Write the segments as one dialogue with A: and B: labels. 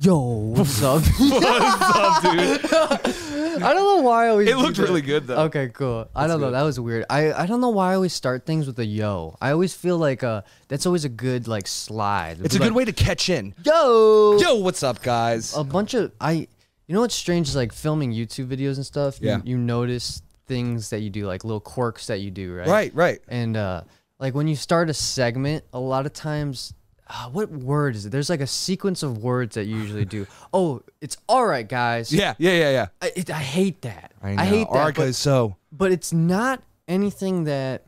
A: Yo, what's up?
B: What's up, dude?
A: I don't know why I always.
B: It
A: do
B: looked
A: that.
B: really good though.
A: Okay, cool. I don't know.
B: good.
A: That was weird. I, I don't know why I always start things with a yo. I always feel like uh that's always a good like slide.
C: It's a good way to catch in.
A: Yo.
C: Yo, what's up, guys?
A: A bunch of I. You know what's strange is like filming YouTube videos and stuff. you-
C: Yeah.
A: You, notice things that you do, like little quirks that you do, right?
C: Right, right.
A: And uh, like when you start a segment, a lot of times. Uh, what word is it? There's like a sequence of words that you usually do. Oh, it's all right, guys.
C: Yeah, yeah, yeah, yeah.
A: I, it, I hate that. I, hate that.
C: Alright,
A: but-
C: guys, so
A: but it's not anything that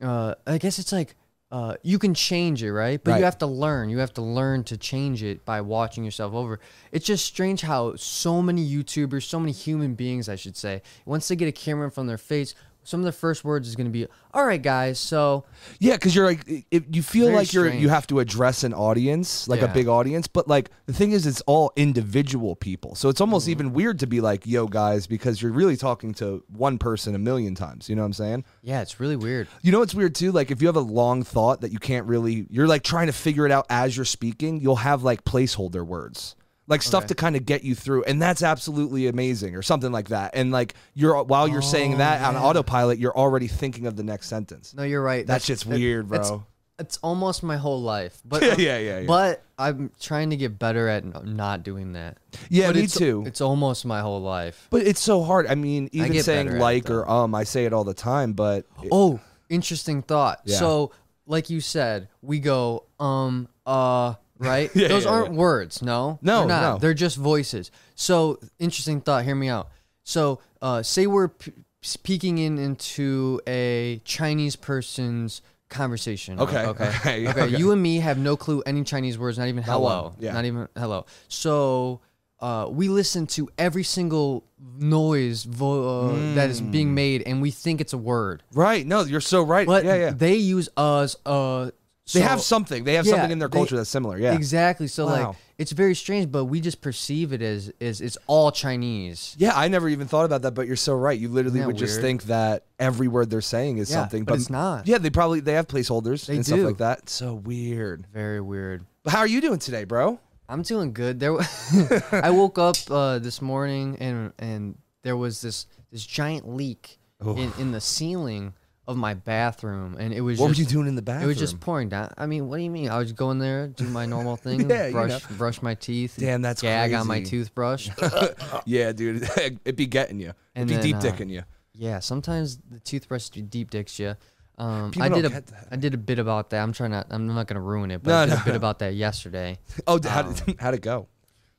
A: uh, I guess it's like uh, you can change it, right? But
C: Right.
A: you have to learn. You have to learn to change it by watching yourself over. It's just strange how so many YouTubers, so many human beings, I should say, once they get a camera in front of their face, some of their first words is going to be, "All right, guys, so
C: yeah, because you're like, it- it, you feel
A: Very
C: like you're you
A: strange.
C: have to address an audience, like a
A: Yeah.
C: big audience. But like the thing is, it's all individual people, so it's almost even weird to be like, "Yo, guys," because you're really talking to one person a million times. You know what I'm saying?
A: yeah, it's really weird."
C: You know what's weird too? Like if you have a long thought that you can't really, you're like trying to figure it out as you're speaking. You'll have like placeholder words, like stuff to kind of get you through, and that's absolutely amazing, or something like that. And like you're while you're saying that on autopilot, you're already thinking of the next sentence.
A: Oh, No, you're right.
C: That shit's weird,
A: that's-
C: bro.
A: It's almost my whole life, but
C: Yeah, yeah, yeah, yeah.
A: But I'm trying to get better at n- not doing that.
C: Yeah,
A: but
C: me
A: it's,
C: too.
A: It's almost my whole life.
C: But it's so hard. I mean, even
A: get
C: saying
A: better at it,
C: like or um, I say it all the time, but
A: Oh, interesting thought.
C: Yeah.
A: So, like you said, we go um uh right?
C: Yeah,
A: Those
C: yeah,
A: aren't words, no?
C: No,
A: They're not.
C: no.
A: They're just voices. So, interesting thought, hear me out. So, uh say we're p- speaking in into a Chinese person's conversation.
C: Okay,
A: Okay.
C: okay,
A: Okay.
C: okay.
A: You and me have no clue any Chinese words, not even hello.
C: one, yeah.
A: Not even hello. So, uh, we listen to every single noise vo- uh, that is
C: Mm.
A: being made, and we think it's a word.
C: right? No, you're so right.
A: But
C: yeah, yeah. They,
A: they use us. Uh, so-
C: have something. They have
A: Yeah,
C: something in their
A: they-
C: culture that's similar. Yeah.
A: Exactly. So
C: Wow.
A: like, it's very strange, but we just perceive it as is it's all Chinese.
C: Yeah, I never even thought about that, but you're so right. You
A: Isn't
C: literally
A: that
C: would just
A: weird?
C: think that every word they're saying is
A: Yeah,
C: something,
A: but it's not.
C: Yeah, they probably they have placeholders
A: They
C: and stuff
A: do.
C: like that. So weird.
A: Very weird.
C: But how are you doing today, bro?
A: I'm doing good. There, wa- I woke up uh, this morning and and there was this this giant leak in, in the ceiling of my bathroom, and it was
C: What
A: just,
C: were you doing in the bathroom?
A: It was just pouring down. I mean, what do you mean? I was going there, do my normal thing,
C: Yeah, you
A: brush brush my teeth,
C: Damn, that's
A: gag on my
C: crazy.
A: toothbrush.
C: yeah, dude. It'd be getting you.
A: And
C: It'd be deep
A: then, uh,
C: dicking you.
A: Yeah, sometimes the toothbrush d- deep dicks you. Um,
C: People
A: I
C: don't
A: did a
C: get that.
A: I did a bit about that. I'm trying not. I'm not gonna ruin it, but
C: No,
A: I did
C: no,
A: a bit
C: no.
A: about that yesterday.
C: Oh, d- how'd, it- how'd it go?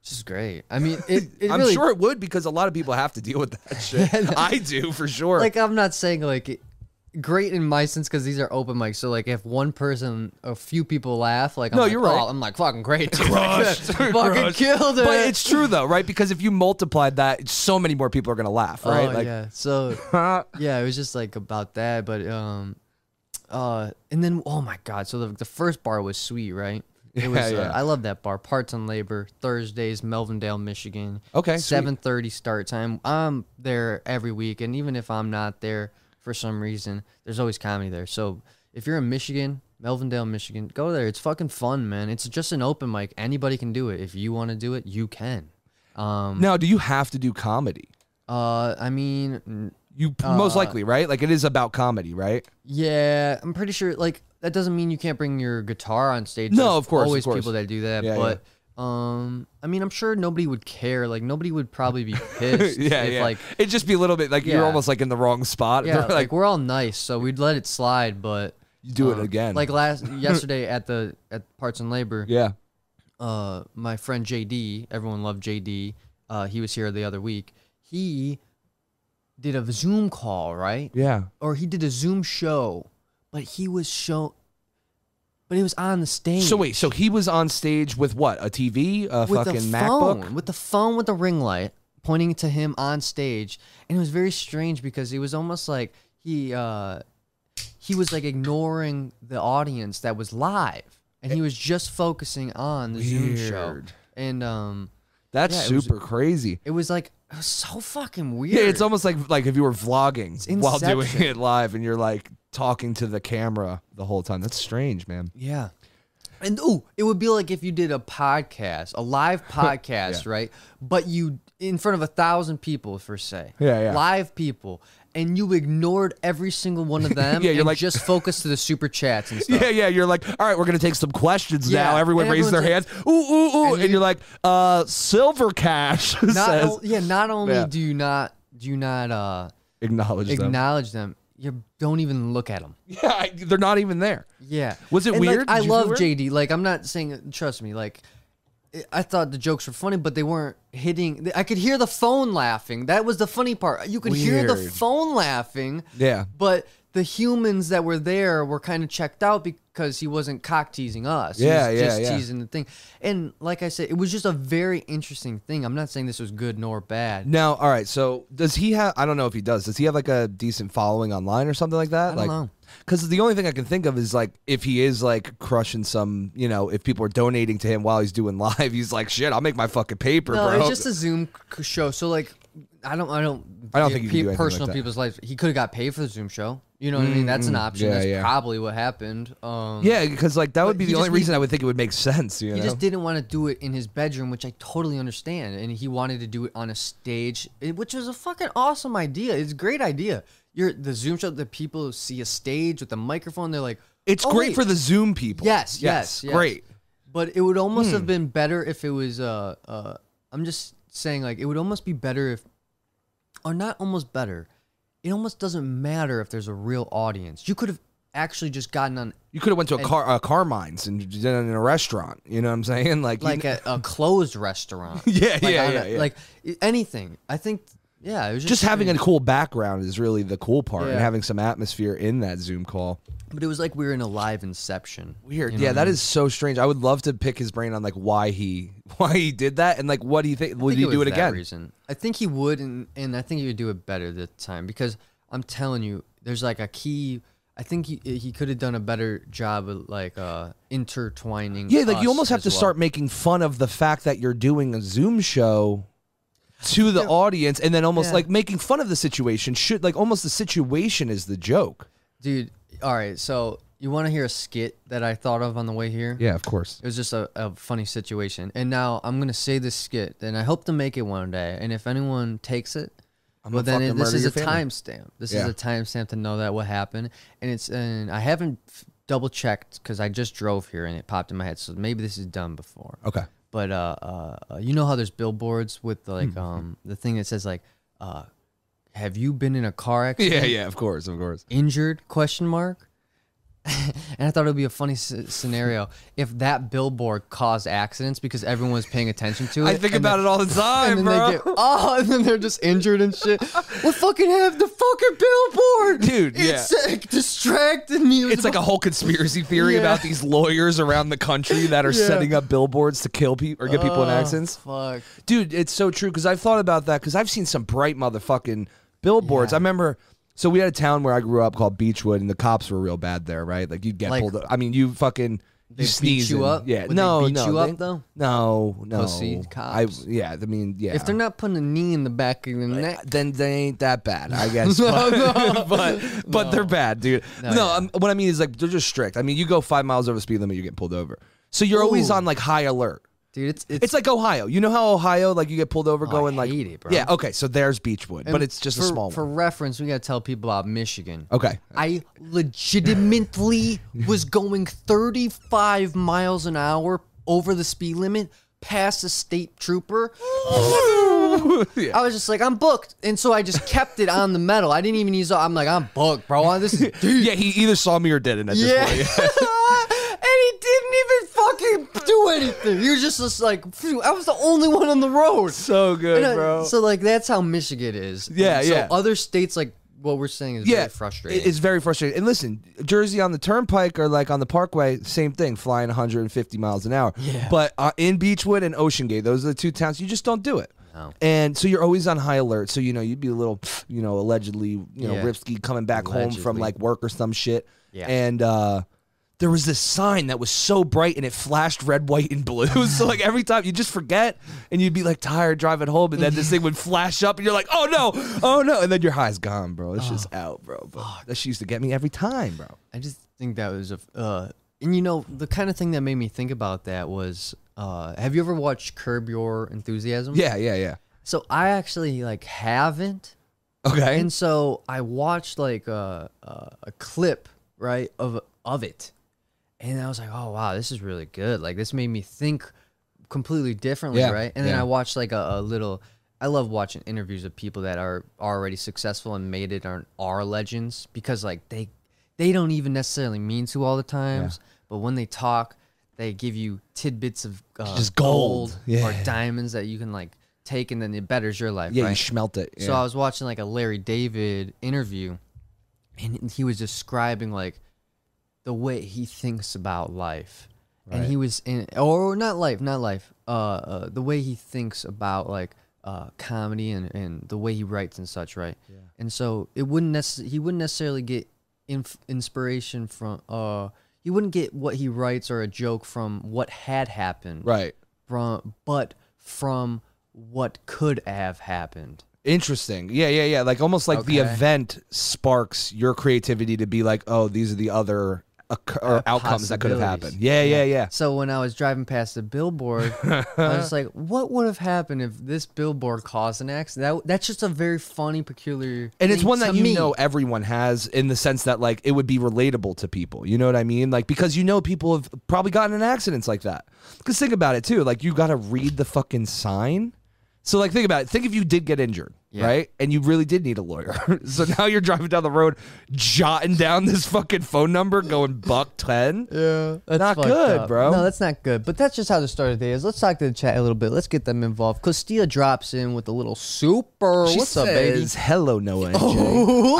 A: Which is great. I mean, it, it
C: I'm
A: really,
C: sure it would because a lot of people have to deal with that shit. I do for sure.
A: Like I'm not saying like it- great in my sense because these are open mics. So like if one person, a few people laugh, like I'm
C: No,
A: like,
C: you're right.
A: "Oh," I'm like fucking great, dude."
C: Crushed.
A: fucking
C: Crushed.
A: killed it.
C: but it's true though, right? Because if you multiplied that, so many more people are gonna laugh, right?
A: Oh,
C: like,
A: yeah. So yeah, it was just like about that, but um, uh, and then oh my god, so the, the first bar was sweet, right? It was.
C: Yeah, yeah.
A: Uh, I love that bar. Parts and labor Thursdays, Melvindale, Michigan.
C: Okay, sweet.
A: Seven thirty start time. I'm there every week, and even if I'm not there for some reason, there's always comedy there. So if you're in Michigan. Melvindale, Michigan. Go there. It's fucking fun, man. It's just an open mic. Anybody can do it. If you want to do it, you can. Um,
C: now, do you have to do comedy?
A: uh, I mean, n-
C: You
A: Uh,
C: most likely, right? Like it is about comedy, right?
A: Yeah, I'm pretty sure. Like that doesn't mean you can't bring your guitar on stage.
C: No,
A: There's
C: of course, of
A: always
C: course.
A: people that do that.
C: Yeah,
A: but um, I mean, I'm sure nobody would care. Like nobody would probably be pissed.
C: yeah,
A: if,
C: yeah.
A: Like
C: It'd just be a little bit like you're
A: Yeah.
C: almost like in the wrong spot.
A: yeah,
C: They're
A: like,
C: like,
A: we're all nice, so we'd let it slide. But uh,
C: you do it again.
A: like last yesterday at the at Parts and Labor,
C: yeah,
A: uh, my friend JD, everyone loved JD. Uh, he was here the other week. He did a Zoom call, right?
C: yeah.
A: or he did a Zoom show, but he was show, but he was on the stage.
C: So wait, so he was on stage with what? A TV, a
A: with
C: fucking
A: the phone,
C: MacBook.
A: with the phone with the ring light pointing to him on stage, and it was very strange because it was almost like he uh, he was like ignoring the audience that was live, and he was just focusing on the Zoom show,
C: Eh. Weird.
A: and um,
C: That's
A: yeah, it was-
C: super crazy.
A: it was like it was so fucking weird.
C: Yeah, it's almost like like if you were vlogging while doing
A: Inception.
C: it live and you're like talking to the camera the whole time. That's strange, man.
A: yeah. And ooh, it would be like if you did a podcast, a live podcast, right? But you in front of a thousand people, for say,
C: Yeah, yeah.
A: live people, and you ignored every single one of them.
C: Yeah, you're
A: and
C: like-
A: just focused to the super chats and stuff.
C: Yeah, yeah. You're like, all right, we're gonna take some questions
A: Yeah,
C: now. Everyone
A: and
C: raises their hands.
A: everyone's
C: Ooh, ooh, ooh. And,
A: And you-
C: you're like, uh, Silver Cash
A: Not
C: says,
A: o- yeah, not only
C: Yeah.
A: do you not do you not uh,
C: acknowledge them.
A: acknowledge them, you don't even look at them.
C: Yeah, I- they're not even there.
A: Yeah.
C: Was it
A: And, like,
C: weird?
A: I
C: Did you feel
A: love
C: weird?
A: JD. Like I'm not saying trust me. Like I- I thought the jokes were funny, but they weren't hitting. I could hear the phone laughing. That was the funny part. You could hear the
C: Weird.
A: phone laughing.
C: Yeah.
A: But the humans that were there were kind of checked out because he wasn't cock teasing us. He
C: Yeah,
A: was
C: yeah,
A: just
C: yeah.
A: teasing the thing. And like I said, it was just a very interesting thing. I'm not saying this was good nor bad.
C: Now, all right. So does he have? I don't know if he does. Does he have like a decent following online or something like that?
A: don't
C: like,
A: know.
C: Because the only thing I can think of is like if he is like crushing some, you know, if people are donating to him while he's doing live, he's like, shit, I'll make my fucking paper,
A: No,
C: bro.
A: it's just a Zoom c- show. So like, I don't, I don't,
C: I don't
A: yeah,
C: think you can do anything like
A: personal
C: that. Mm,
A: people's lives. He could have got paid for the Zoom show. You know what I mean? That's an option.
C: yeah,
A: That's
C: yeah.
A: probably what happened. Um,
C: yeah, because like that would be
A: he
C: the only
A: just need-
C: reason I would think it would make sense. You
A: He
C: know,
A: just didn't want to do it in his bedroom, which I totally understand. And he wanted to do it on a stage, eh, which is a fucking awesome idea. It's a great idea. You're the Zoom show. The people see a stage with a microphone. They're like,
C: it's
A: "Oh,
C: great
A: wait."
C: for the Zoom people.
A: Yes, yes, yes.
C: great. Hmm.
A: But it would almost have been better if it was. Uh, uh, I'm just saying, like, it would almost be better if, or not almost better. It almost doesn't matter if there's a real audience. You could have actually just gotten on
C: You could have went to a car, uh, Carmine's and did it in a restaurant. You know what I'm saying? Like, you
A: like
C: kn-
A: a, a closed restaurant.
C: Yeah,
A: like,
C: yeah,
A: on a-
C: yeah, yeah.
A: Like i- anything. I think. Yeah, it was just,
C: just having a
A: pretty-
C: cool background is really the cool part, and
A: Yeah.
C: having some atmosphere in that Zoom call.
A: But it was like we were in a live Inception.
C: Weird.
A: You know
C: yeah,
A: what I
C: that
A: mean?
C: is so strange. I would love to pick his brain on like why he why he did that and like what do you think would
A: think
C: you
A: it
C: do
A: was
C: it
A: that
C: again?
A: Reason. I think he would, and, and I think he would do it better this time because I'm telling you, there's like a key. I think he he could have done a better job of like uh intertwining.
C: Yeah, like
A: us
C: you almost have
A: as
C: to
A: well.
C: start making fun of the fact that you're doing a Zoom show to the audience and then almost
A: Yeah.
C: like making fun of the situation should like almost the situation is the joke.
A: dude. All right, so you want to hear a skit that I thought of on the way here?
C: Yeah, of course.
A: It was just a, a funny situation, and now I'm gonna say this skit, and I hope to make it one day. And if anyone takes it,
C: I'm
A: well then
C: gonna fucking
A: it,
C: murder
A: this is
C: your
A: a
C: family.
A: timestamp. This
C: Yeah.
A: is a timestamp to know that what happened, and it's and I haven't f- double checked because I just drove here and it popped in my head. So maybe this is done before.
C: Okay.
A: But uh, uh, uh, you know how there's billboards with
C: Hmm.
A: like um the thing that says like, uh, have you been in a car accident?
C: Yeah, yeah, of course, of course.
A: injured question mark and i thought it would be a funny s- scenario if that billboard caused accidents because everyone was paying attention to it
C: I think
A: and
C: about
A: then-
C: it all the
A: and
C: time,
A: then
C: bro.
A: they get oh and then they're just injured and shit well fucking have the fucking billboard
C: Dude,
A: it's like, distracting me
C: it's like a whole conspiracy theory
A: Yeah.
C: about these lawyers around the country that are
A: Yeah.
C: setting up billboards to kill people or get people in accidents.
A: fuck
C: Dude, it's so true because I've thought about that because I've seen some bright motherfucking billboards. I remember. So we had a town where I grew up called Beechwood, and the cops were real bad there, right? Like you'd get
A: Like-
C: pulled. up. I mean, you fucking
A: They beat
C: you sneeze
A: you
C: and-
A: up?
C: Yeah,
A: Would they
C: no,
A: beat
C: no,
A: you
C: they-
A: up, though?
C: No, no.
A: Pussy cops.
C: I, yeah, I mean, yeah.
A: if they're not putting a knee in the back of the neck
C: Eh, then they ain't that bad, I guess. but but, but they're bad, dude. No,
A: yeah.
C: um, what I mean is like they're just strict. I mean, you go five miles over speed limit, you're getting pulled over. So you're always
A: Ooh.
C: on like high alert.
A: dude it's it's,
C: It's like Ohio. You know how Ohio, like you get pulled over going like,
A: Oh, hate it, bro.
C: yeah, okay. So there's Beechwood, but it's just
A: for,
C: a small
A: for
C: one.
A: reference we gotta tell people about michigan
C: Okay.
A: I legitimately was going 35 miles an hour over the speed limit past a state trooper. I was just like, I'm booked. And so I just kept it on the metal. I didn't even use I'm like, I'm booked, bro. This is deep.
C: Yeah, he either saw me or didn't at
A: Yeah.
C: this point.
A: and he didn't even fucking do anything. He was just, just like, phew, I was the only one on the road.
C: So good,
A: And I-
C: bro.
A: So like that's how Michigan is.
C: Yeah,
A: And so
C: yeah.
A: Other states like what we're saying is
C: yeah,
A: very frustrating.
C: It's very frustrating. And listen, Jersey on the Turnpike or like on the Parkway, same thing, flying 150 miles an hour.
A: Yeah.
C: But uh, in Beechwood and Ocean Gate, those are the two towns you just don't do it.
A: No.
C: And so you're always on high alert. So you know you'd be a little, you know, allegedly, you know,
A: Yeah.
C: Ripsky coming back home from
A: Allegedly.
C: like work or some shit.
A: Yeah.
C: And uh, there was this sign that was so bright and it flashed red, white, and blue. so like every time you just forget and you'd be like tired driving home, and then this thing would flash up and you're like, oh no, oh no, and then your high's
A: Oh,
C: gone, bro. It's just out, bro. But that she used to get me every time, bro.
A: I just think that was a f- uh, And you know, the kind of thing that made me think about that was uh, have you ever watched Curb Your Enthusiasm?
C: Yeah, yeah, yeah.
A: So I actually like haven't.
C: Okay.
A: And so I watched like a, a, a clip, right, of of it. And I was like, "Oh wow, this is really good. Like this made me think completely differently,
C: Yeah,
A: right?" And then
C: yeah.
A: I watched like a, a little I love watching interviews of people that are already successful and made it and are legends because like they they don't even necessarily mean to all the times, but when they talk, they give you tidbits of uh,
C: Just gold. Yeah.
A: or diamonds that you can like take and then it betters your life,
C: yeah,
A: right?
C: you smelt it.
A: So
C: yeah.
A: I was watching like a Larry David interview, and he was describing like the way he thinks about life, and he was in or not life, not life, uh, uh the way he thinks about like uh comedy and and the way he writes and such, right? Yeah. And so it wouldn't necess- he wouldn't necessarily get inf- inspiration from uh he wouldn't get what he writes or a joke from what had happened,
C: right.
A: From but from what could have happened.
C: Interesting. Yeah, yeah, yeah. Like almost like the
A: Okay.
C: event sparks your creativity to be like, oh, these are the other occ- or outcomes that could have happened.
A: possibilities.
C: Yeah, yeah, yeah.
A: So when I was driving past the billboard, I was like, "What would have happened if this billboard caused an accident?" That, that's just a very funny, peculiar,
C: And it's
A: thing
C: one that
A: to
C: you
A: me.
C: know everyone has in the sense that like it would be relatable to people. You know what I mean? Like because you know people have probably gotten in accidents like that. Because think about it too. Like you got to read the fucking sign. So like think about it. Think if you did get injured,
A: Yeah.
C: right? And you really did need a lawyer. so now you're driving down the road, jotting down this fucking phone number, going buck ten.
A: Yeah, that's
C: Not
A: fucked
C: good,
A: up.
C: bro.
A: No, that's not good. But that's just how the start of the day is. Let's talk to the chat a little bit. Let's get them involved. Castilla drops in with a little super.
C: She
A: What's
C: says,
A: up, baby?
C: Hello, Noah and Jay.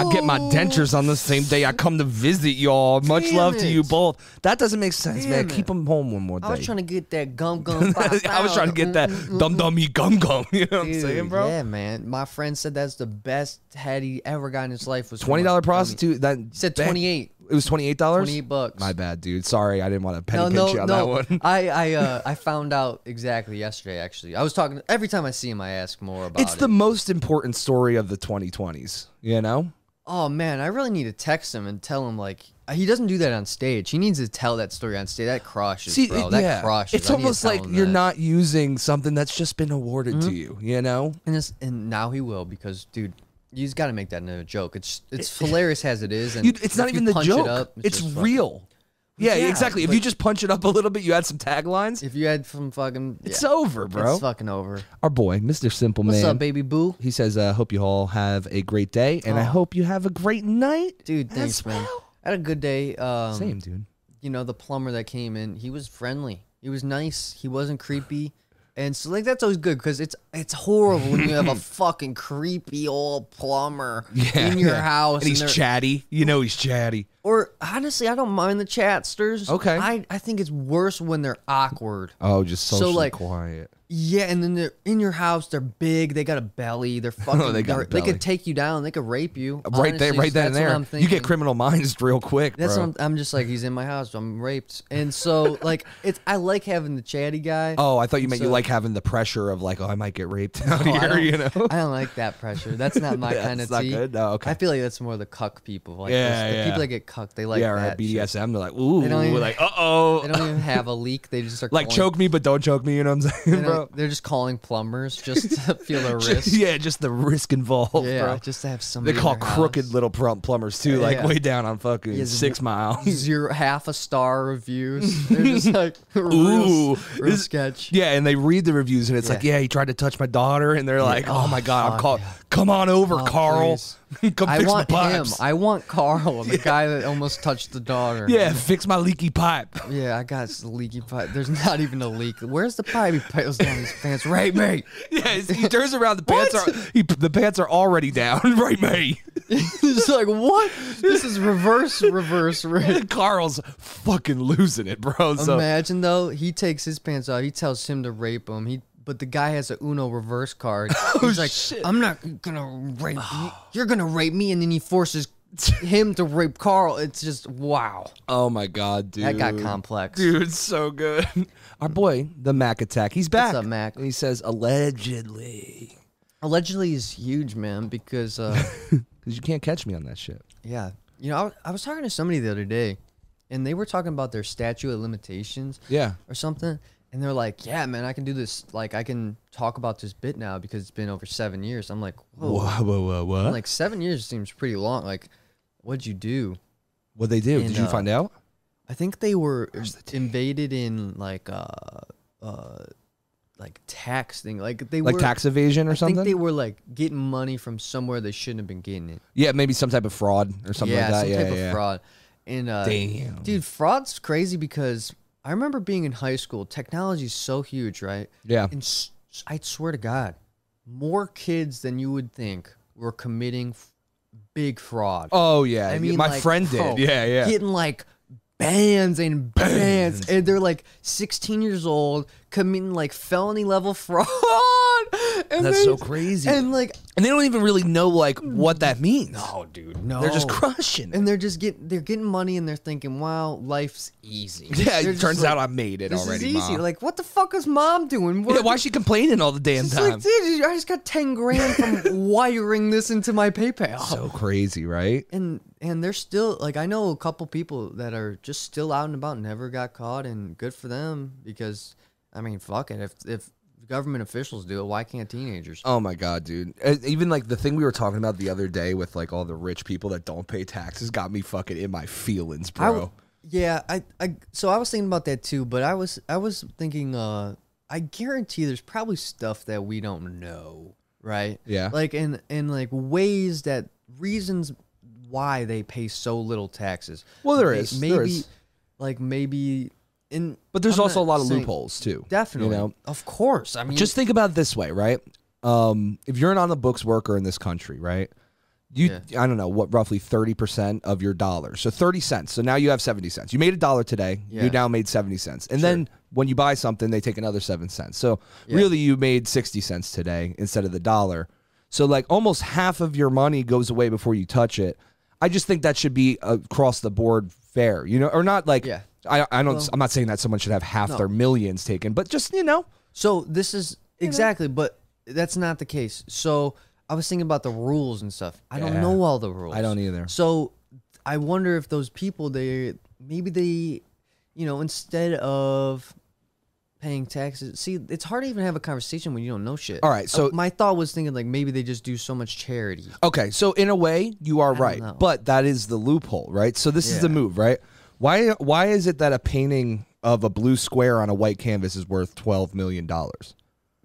C: I get my dentures on the same day I come to visit y'all. Much
A: Oh. Damn
C: love to
A: it.
C: you both. That doesn't make sense, man.
A: Damn it.
C: Keep them home one more day.
A: I was trying to get that gum gum.
C: I was trying to get that dum dum me gum gum. You know what I'm saying, bro?
A: Yeah, man. My friend said that's the best head he ever got in his life was from
C: Twenty dollar
A: a dummy.
C: prostitute. That
A: said
C: that-
A: 28.
C: It was twenty eight dollars.
A: 28 bucks.
C: My bad, dude. Sorry, I didn't want to penny pinch you on that one.
A: I I uh, I found out exactly yesterday. Actually, I was talking every time I see him, I ask more about
C: It's
A: it.
C: the most important story of the 2020s. You know?
A: oh man, I really need to text him and tell him like uh, he doesn't do that on stage. He needs to tell that story on stage. That crushes,
C: See,
A: bro.
C: it-
A: That
C: yeah.
A: crushes.
C: It's
A: I need to
C: almost
A: tell
C: like
A: him
C: you're
A: that.
C: not using something that's just been awarded to you. You know?
A: And this, and now he will because dude. You just got to make that into a joke. It's it's hilarious as it is, and
C: You- it's not
A: if you
C: even the
A: punch it
C: joke.
A: up,
C: it's
A: just fucking-
C: real. Yeah,
A: Yeah,
C: exactly. If
A: but-
C: you just punch it up a little bit, you add some taglines.
A: If you had from fucking,
C: it's
A: yeah,
C: over, bro.
A: it's fucking over.
C: Our boy, Mr. Simple
A: What's
C: Man.
A: up, baby boo?
C: He says, uh, hope you all have a great day, and I hope you have a great night.
A: Oh. Dude,
C: as
A: thanks, man.
C: well."
A: I had a good day. Um,
C: Same, dude.
A: you know the plumber that came in he was friendly he was nice he wasn't creepy and so like that's always good because it's it's horrible when you have a fucking creepy old plumber in your house
C: And he's
A: they're-
C: chatty. You know he's chatty.
A: or honestly i don't mind the chatsters
C: Okay.
A: i, I think it's worse when they're awkward
C: Oh, just
A: So,
C: socially
A: like-
C: quiet.
A: yeah and then they're in your house they're big they got a belly they're fucking
C: Oh, they got a
A: they're- they
C: belly.
A: could take you down they could rape you
C: Right there,
A: honestly,
C: right
A: so
C: then and
A: that's what I'm
C: there. You get
A: thinking.
C: criminal minds real quick,
A: That's
C: bro.
A: what I'm, I'm just like he's in my house. I'm raped, and so like it's I like having the chatty guy.
C: oh, I thought you meant you
A: So-
C: like having the pressure of like, oh, I might get raped out
A: Oh, I
C: here,
A: don't-
C: you know?
A: I don't like that pressure. That's not my
C: That's
A: kind of
C: not
A: tea.
C: good? No, okay.
A: I feel like that's more the cuck people. Like
C: Yeah,
A: those- the
C: yeah.
A: people that get cucked, they like
C: yeah, or
A: that.
C: at
A: shit.
C: BDSM, they're like, ooh,
A: don't even-
C: like, uh oh.
A: They don't even have a leak. They just are
C: like
A: calling,
C: choke me, but don't choke me. You know what I'm
A: They
C: saying, bro?
A: are just calling plumbers just to feel their
C: Just-
A: risk.
C: yeah, just the risk involved,
A: yeah,
C: bro.
A: just to have
C: They
A: somebody. in
C: call
A: their house.
C: crooked little plum- plumbers too, like
A: Yeah.
C: way down on fucking
A: Yes,
C: six mile.
A: zero half a star reviews. They're just like real,
C: Ooh,
A: real
C: this-
A: sketch.
C: Yeah, and they read the reviews and it's like,
A: Yeah.
C: yeah, he tried to touch my daughter, and they're like, oh,
A: Oh,
C: my god, I'm
A: fuck,
C: called. Come on over,
A: Oh,
C: Carl.
A: please.
C: Come
A: I
C: fix
A: want
C: my
A: him.
C: pipes.
A: I want Carl, the guy that almost touched the daughter.
C: yeah, fix my leaky pipe.
A: Yeah, I got s- leaky pipe. There's not even a leak. Where's the pipe? He pulls down his pants. Rape me.
C: yeah, he turns around. The pants are he, the pants are already down. right, mate.
A: It's like what? This is reverse, reverse rape.
C: Carl's fucking losing it, bro. So
A: Imagine though, he takes his pants off. He tells him to rape him. He, but the guy has a Uno reverse card. He's like, I'm not gonna rape you. You're gonna rape me, and then he forces him to rape Carl. It's just wow.
C: Oh my god, dude.
A: That got complex.
C: Dude, so good. Our boy, the Mac Attack, he's back.
A: up, Mac?
C: He says allegedly.
A: Allegedly, he's huge, man, because. Uh,
C: Because you can't catch me on that shit.
A: Yeah. You know, I, wa- I was talking to somebody the other day, and they were talking about their statute of limitations
C: Yeah.
A: or something. And they're like, yeah, man, I can do this. Like, I can talk about this bit now because it's been over seven years. I'm like, whoa.
C: whoa, whoa, whoa.
A: Like, seven years seems pretty long. Like, what'd you do?
C: What they do?
A: And,
C: Did you
A: uh,
C: find out?
A: I think they were invaded in like uh uh like tax thing. Like they
C: Like
A: were
C: tax evasion or
A: I
C: something?
A: think they were like getting money from somewhere they shouldn't have been getting it.
C: yeah, maybe some type of fraud or something
A: yeah,
C: like that.
A: some
C: yeah,
A: type
C: yeah,
A: of
C: yeah.
A: fraud. And uh
C: Damn.
A: dude, fraud's crazy because I remember being in high school, technology's so huge, right?
C: Yeah.
A: And s- I swear to God, more kids than you would think were committing f- big fraud.
C: Oh yeah.
A: I mean,
C: my
A: like, oh,
C: friend
A: bro,
C: did. Yeah, yeah.
A: Getting like bands and bands, and they're like 16 years old, committing like felony level fraud. And
C: That's
A: they-
C: so crazy.
A: And like,
C: And they don't even really know like what that means.
A: oh, dude, no,
C: They're just crushing. it.
A: and they're just getting they're getting money, and they're thinking, wow, life's easy. They're
C: yeah, it
A: just
C: turns
A: like,
C: out I made it
A: this
C: already.
A: is easy.
C: Mom.
A: Like, what the fuck is mom doing? What
C: yeah, why is she complaining all the damn
A: It's
C: time?
A: like, dude, I just got 10 grand from wiring this into my PayPal.
C: so crazy, right?
A: and and they're still like I know a couple people that are just still out and about, never got caught, and good for them because I mean, fuck it, if if government officials do it, why can't teenagers?
C: Oh my god, dude! Uh, Even like the thing we were talking about the other day with like all the rich people that don't pay taxes got me fucking in my feelings,
A: I w-
C: bro.
A: yeah, I, I so I was thinking about that too, but I was I was thinking uh I guarantee there's probably stuff that we don't know, right?
C: Yeah.
A: Like and and like ways that reasons why they pay so little taxes.
C: Well, there
A: May-
C: is, there
A: maybe
C: is.
A: like maybe in
C: but there's
A: I'm
C: also a
A: not
C: lot of
A: saying-
C: loopholes too.
A: Definitely.
C: you know.
A: Of course. I mean,
C: Just think about it this way, right? Um, if you're an on the books worker in this country, right? You, I don't know what, roughly thirty percent of your dollars, so thirty cents. So now you have seventy cents. You made a dollar today.
A: Yeah.
C: You now made seventy cents, and then when you buy something, they take another seven cents. So really, you made sixty cents today instead of the dollar. So like almost half of your money goes away before you touch it. I just think that should be across the board fair, you know, or not like.
A: Yeah.
C: I, I don't. I'm not saying that someone should have half their millions taken, but just you know,
A: so this is exactly, but that's not the case. So I was thinking about the rules and stuff. I don't
C: Yeah.
A: know all the rules.
C: I don't either.
A: So I wonder if those people, they maybe they, you know, instead of paying taxes, see, it's hard to even have a conversation when you don't know shit.
C: All right,
A: Uh,
C: so-
A: my thought was thinking like maybe they just do so much charity.
C: Okay, so in a way, you are right,
A: know.
C: but that is the loophole, right? So this is the
A: Yeah.
C: move, right? Why why is it that a painting of a blue square on a white canvas is worth twelve million dollars?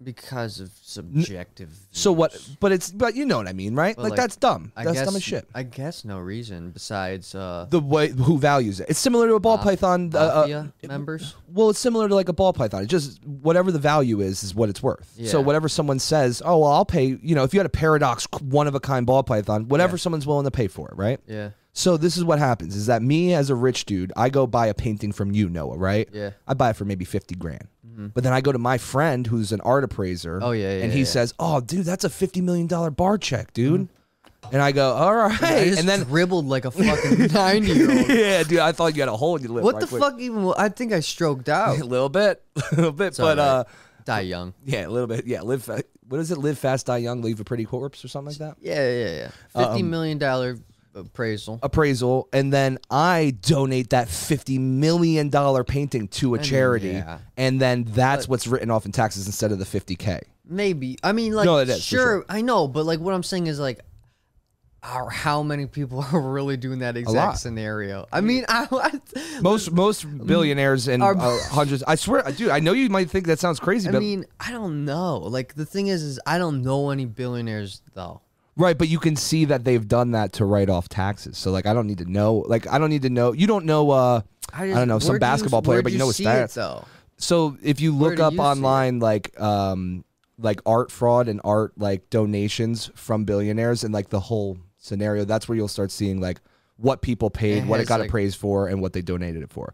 A: Because of subjective.
C: So what? But it's but you know what I mean, right? Like,
A: like,
C: that's dumb.
A: I
C: that's
A: guess,
C: dumb as shit.
A: I guess no reason besides uh,
C: The way who values it, it's similar to a ball python. uh, uh,
A: mafia members.
C: well, it's similar to like a ball python. It's just whatever the value is is what it's worth. So
A: Yeah.
C: whatever someone says, oh well, I'll pay. You know, if you had a paradox, one of a kind ball python, whatever someone's willing to pay for it, right?
A: Yeah.
C: So this is what happens is that me as a rich dude, I go buy a painting from you, Noah, right?
A: Yeah.
C: I buy it for maybe 50 grand. But then I go to my friend who's an art appraiser.
A: Oh, yeah, yeah,
C: and he
A: yeah.
C: says, Oh, dude, that's a $50 million bar check, dude. And I go, All right.
A: I just
C: and then,
A: dribbled like a fucking nine year old.
C: yeah, dude, I thought you had a hole in your lip.
A: What
C: Like,
A: the
C: wait-
A: fuck even? wa- I think I stroked
C: A
A: out.
C: little bit. A little bit. but,
A: alright.
C: uh,
A: Die young.
C: yeah, a little bit. Yeah, live. Fa- what is it? Live fast, die young, leave a pretty corpse or something like that?
A: Yeah, yeah, yeah.
C: Uh, um,
A: Fifty million dollar appraisal.
C: appraisal and then I donate that fifty million dollar painting to a charity
A: yeah.
C: and then that's what's written off in taxes instead of the fifty K.
A: Maybe. I mean, like,
C: No, it is, for
A: sure,
C: sure.
A: I know, but like, what I'm saying is like. Are, how many people are really doing that
C: lot.
A: exact scenario? I mean, I, I,
C: Most most billionaires and
A: Are-
C: uh, hundreds I swear dude, I know you might think that sounds crazy,
A: I
C: but
A: mean, I don't know. Like the thing is, is I don't know any billionaires though.
C: right, but you can see that they've done that to write off taxes. So like I don't need to know like I don't need to know you don't know uh I,
A: just-
C: don't know, some
A: where do you-
C: basketball player,
A: where
C: but
A: do
C: you know his
A: see
C: stats.
A: it, though.
C: So if you look
A: do
C: up
A: you see it?
C: online, like um, like art fraud and art like donations from billionaires and like the whole scenario, that's where you'll start seeing like what people paid,
A: It
C: what it
A: has,
C: got
A: like-
C: appraised for, and what they donated it for,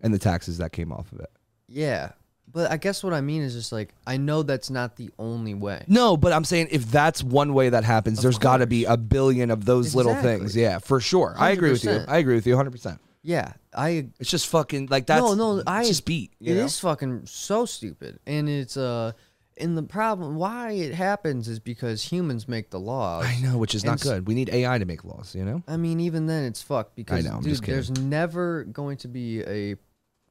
C: and the taxes that came off of it.
A: Yeah. But I guess what I mean is just like I know that's not the only way.
C: No, but I'm saying if that's one way that happens, there's got to be a billion of those little
A: Exactly.
C: things. Yeah, for sure. I agree with you.
A: 100%.
C: I agree with you 100. percent
A: Yeah. I
C: It's just fucking like that's
A: no, no,
C: it's
A: I
C: just beat.
A: It is fucking so stupid. And it's uh And the problem why it happens is because humans make the laws.
C: I know, which is
A: And
C: not
A: s-
C: good. We need AI to make laws, you know?
A: I mean, even then, it's fucked because
C: know, I'm
A: dude,
C: just kidding.
A: there's never going to be a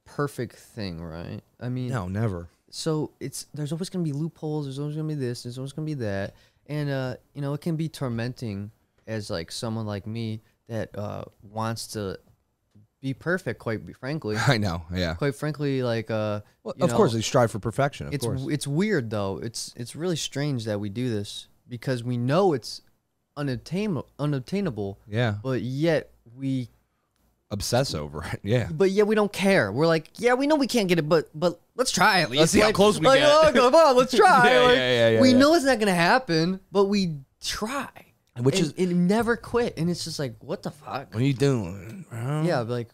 A: perfect thing, right? I mean,
C: No, never.
A: so it's there's always gonna be loopholes. There's always gonna be this. There's always gonna be that. And uh, you know, it can be tormenting as like someone like me that uh wants to be perfect. Quite be- frankly,
C: I know, yeah.
A: quite frankly, like uh,
C: Well,
A: you
C: of course,
A: know,
C: they strive for perfection, of
A: it's
C: course.
A: it's weird though. It's it's really strange that we do this because we know it's unattainable, unobtainable,
C: yeah.
A: but yet we
C: Obsess over it, yeah.
A: but yeah, we don't care. We're like, yeah, we know we can't get it, but but let's try at least.
C: see how
A: Like-
C: close we
A: like,
C: get.
A: oh, come on, let's try.
C: Yeah,
A: Like,
C: yeah, yeah, yeah,
A: we
C: yeah.
A: know it's not gonna happen, but we try.
C: Which
A: And-
C: is-
A: and never quit, and it's just like, what the fuck?
C: What are you doing? bro?
A: Yeah, but like,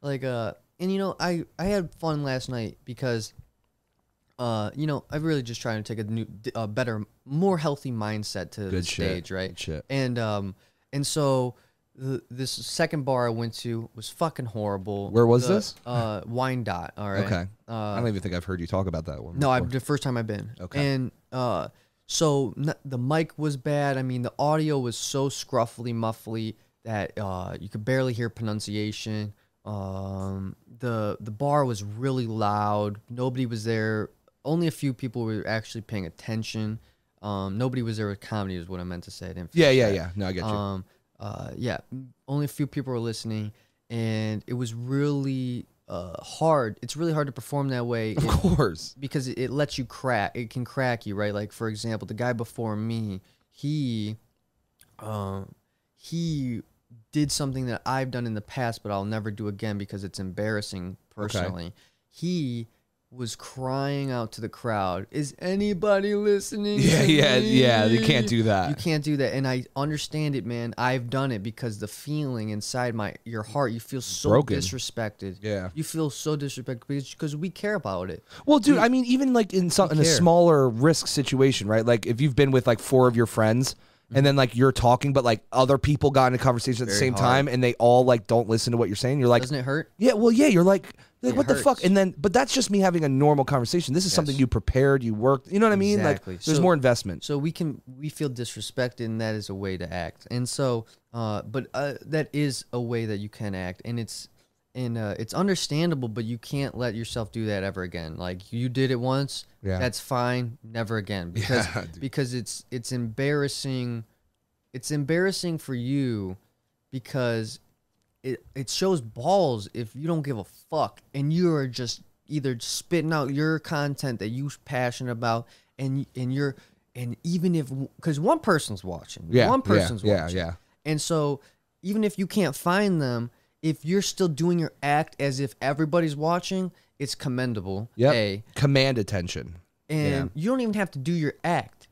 A: like uh, and you know, I I had fun last night because, uh, you know, I really just trying to take a new, d- a better, more healthy mindset to the
C: Good shit.
A: stage, right?
C: Good shit.
A: And um, and so. The, this second bar I went to was fucking horrible.
C: Where was
A: The,
C: this?
A: Uh, Wine Dot. All right.
C: Okay.
A: Uh,
C: I don't even think I've heard you talk about that one.
A: no, I've,
C: before.
A: the first time I've been.
C: Okay.
A: And uh, so n- the mic was bad. I mean, the audio was so scruffly, muffly that uh, you could barely hear pronunciation. Um, the the bar was really loud. Nobody was there. Only a few people were actually paying attention. Um, nobody was there with comedy is what I meant to say. I didn't
C: Yeah,
A: finish
C: yeah,
A: that.
C: yeah. No, I get you.
A: Um, uh, yeah, m- only a few people were listening, and it was really uh, hard. It's really hard to perform that way. in-
C: of course.
A: because it, it lets you crack it can crack you right like for example the guy before me he um he did something that i've done in the past but i'll never do again because it's embarrassing personally he was crying out to the crowd is anybody listening
C: Yeah,
A: to
C: yeah, yeah, you
A: me?"
C: can't do that.
A: you can't do that and i understand it man i've done it because the feeling inside my your heart you feel so
C: Broken.
A: disrespected
C: Yeah.
A: you feel so disrespected because we care about it
C: Well, dude, I mean, even like in some in a
A: care.
C: smaller risk situation, right? Like if you've been with like four of your friends and then like you're talking, but like other people got in a conversation at the
A: Very
C: same
A: hard.
C: time and they all like don't listen to what you're saying, you're like,
A: doesn't it hurt
C: yeah, well, yeah, you're like, like
A: It
C: what the fuck?
A: hurts.
C: And then, but that's just me having a normal conversation. This is something
A: Yes.
C: you prepared, you worked, you know what I mean?
A: Exactly.
C: Like there's
A: So-
C: more investment.
A: So we can we feel disrespected, and that is a way to act. And so, uh, but uh, that is a way that you can act, and it's and uh, it's understandable. But you can't let yourself do that ever again. Like you did it once,
C: Yeah.
A: that's fine. Never again, because
C: Yeah, dude.
A: because it's it's embarrassing. It's embarrassing for you because it it shows balls if you don't give a fuck and you're just either spitting out your content that you passionate about and and you're and even if because one person's watching
C: Yeah,
A: one
C: yeah,
A: person's
C: yeah,
A: watching
C: yeah.
A: and so even if you can't find them if you're still doing your act as if everybody's watching it's commendable
C: Yep.
A: A.
C: Command attention.
A: and you don't even have to do your act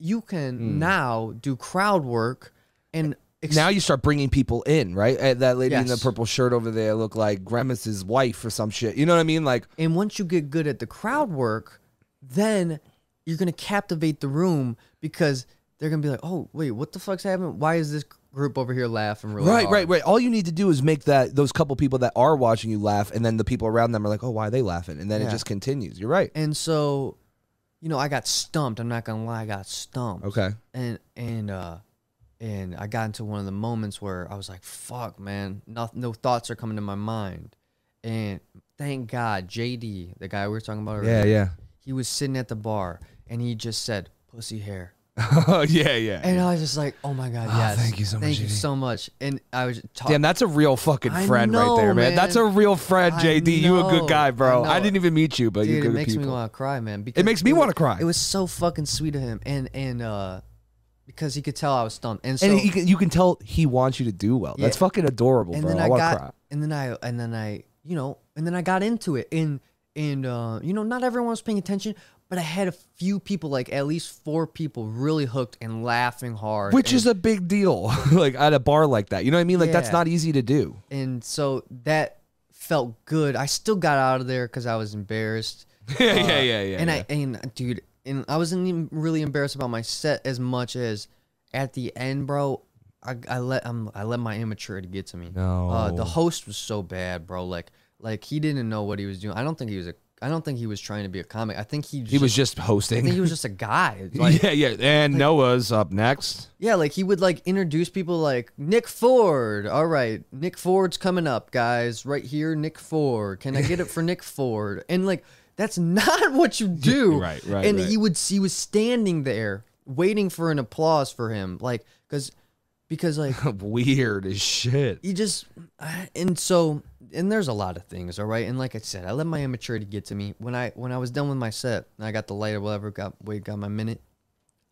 A: you can now do crowd work and ex-
C: Hmm. now you start bringing people in, right? Uh, That lady in the
A: Yes.
C: purple shirt over there looked like Grimace's wife or some shit. You know what I mean? Like,
A: And once you get good at the crowd work, then you're gonna captivate the room because they're gonna be like, "Oh, wait, what the fuck's happening? Why is this group over here laughing really
C: right,
A: hard?"
C: right, right. All you need to do is make that those couple people that are watching you laugh, and then the people around them are like, "Oh, why are they laughing?" And then it
A: Yeah.
C: just continues. You're right.
A: And so, you know, I got stumped. I'm not gonna lie, I got stumped.
C: Okay.
A: And and uh, and I got into one of the moments where I was like, "Fuck, man, no, no thoughts are coming to my mind." And thank God, JD, the guy we were talking about earlier,
C: yeah.
A: he was sitting at the bar and he just said, "Pussy hair."
C: oh, yeah, yeah.
A: And I was just like, oh my God, yes.
C: Ah, thank you so
A: Thank
C: much,
A: you
C: JD.
A: so much. And I was
C: Damn,
A: talking.
C: that's a real fucking
A: I
C: friend
A: know,
C: right there, man.
A: man.
C: That's a real friend,
A: I
C: JD. You a
A: know,
C: good guy, bro.
A: I
C: I,
A: know.
C: didn't even meet you, but
A: Dude,
C: you're
A: it
C: good
A: makes
C: people.
A: me want to cry, man. Because
C: makes me
A: wa-
C: wanna cry.
A: It was so fucking sweet of him, and and uh, because he could tell I was stumped, and so
C: and he, can- you can tell he wants you to do well. That's
A: Yeah.
C: fucking adorable,
A: and
C: bro.
A: then
C: I,
A: I,
C: want to
A: got,
C: cry.
A: and then I, and then I, you know, and then I got into it, and and uh, you know, not everyone was paying attention, but I had a few people, like at least four people, really hooked and laughing hard,
C: Which
A: and,
C: is a big deal, like at a bar like that. You know what I mean? Like that's
A: Yeah.
C: not easy to do.
A: and so that felt good. I still got out of there because I was embarrassed.
C: yeah, yeah, yeah, yeah.
A: and I and dude, and I wasn't even really embarrassed about my set as much as at the end, bro. I, I let um, I let my immaturity get to me. Uh, the
C: No.
A: host was so bad, bro. Like like he didn't know what he was doing. I don't think he was a I don't think he was trying to be a comic. I think he just,
C: He was just
A: I think he
C: hosting.
A: was just a guy. Like,
C: yeah, yeah. And Noah's up next.
A: Yeah, like he would like introduce people like Nick Ford. All right, Nick Ford's coming up, guys. Right here, Nick Ford. Can I get it for Nick Ford? And like that's not what you do.
B: Right, right,
A: And
B: right.
A: he would he was standing there waiting for an applause for him, like because because like
C: Weird as shit.
A: you just I- and so and there's a lot of things all right and like i said i let my immaturity get to me when i when i was done with my set and i got the light or whatever got wait got my minute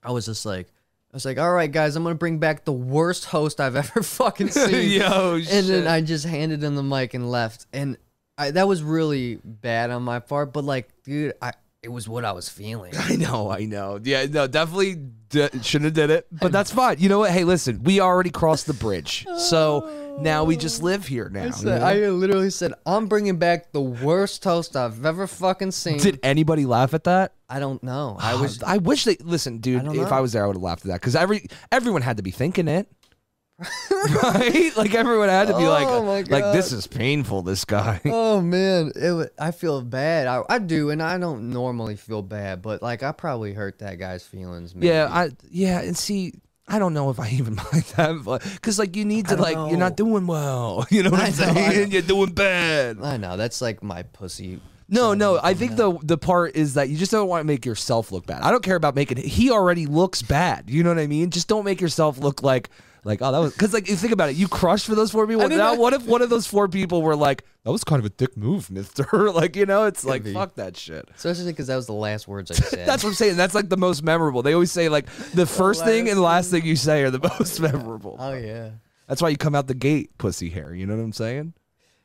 A: i was just like i was like all right guys i'm gonna bring back the worst host i've ever fucking seen
C: Yo, shit.
A: and then i just handed him the mic and left and I, that was really bad on my part but like dude i it was what i was feeling
C: I know, I know. Yeah, no, definitely d- shouldn't have did it, but that's fine. You know what? Hey, listen, we already crossed the bridge, so now we just live here now.
A: So Oh. i literally said i'm bringing back the worst host i've ever fucking seen
C: Did anybody laugh at that?
A: i don't know i was
C: I wish they listen, dude.
A: don't know.
C: if I was there, I would have laughed at that because every everyone had to be thinking it, right? Like everyone had to be
A: Oh, my
C: like, like this
A: God.
C: is painful. This guy.
A: Oh man, it wa I feel bad. I, I do, and I don't normally feel bad, but like I probably hurt that guy's feelings. Maybe.
C: Yeah, I yeah, and see, I don't know if I even mind that, because like you need to
A: don't
C: like you're not doing well. You know what
A: I
C: I'm
A: know, I
C: saying?
A: know.
C: You're doing bad.
A: I know that's like my pussy.
C: No, no. I think the the part is that you just don't want to make yourself look bad. I don't care about making. He already looks bad. You know what I mean? Just don't make yourself look like like oh that was because like you think about it. You crushed for those four people.
A: did
C: Now
A: not-
C: what if one of those four people were like that was kind of a dick move, Mister? like you know it's like
A: be.
C: fuck that shit.
A: Especially because that was the last words I said.
C: That's what I'm saying. That's like the most memorable. They always say like the first thing and last thing you say are the most memorable.
A: oh yeah.
C: That's why you come out the gate, pussy hair. You know what I'm saying?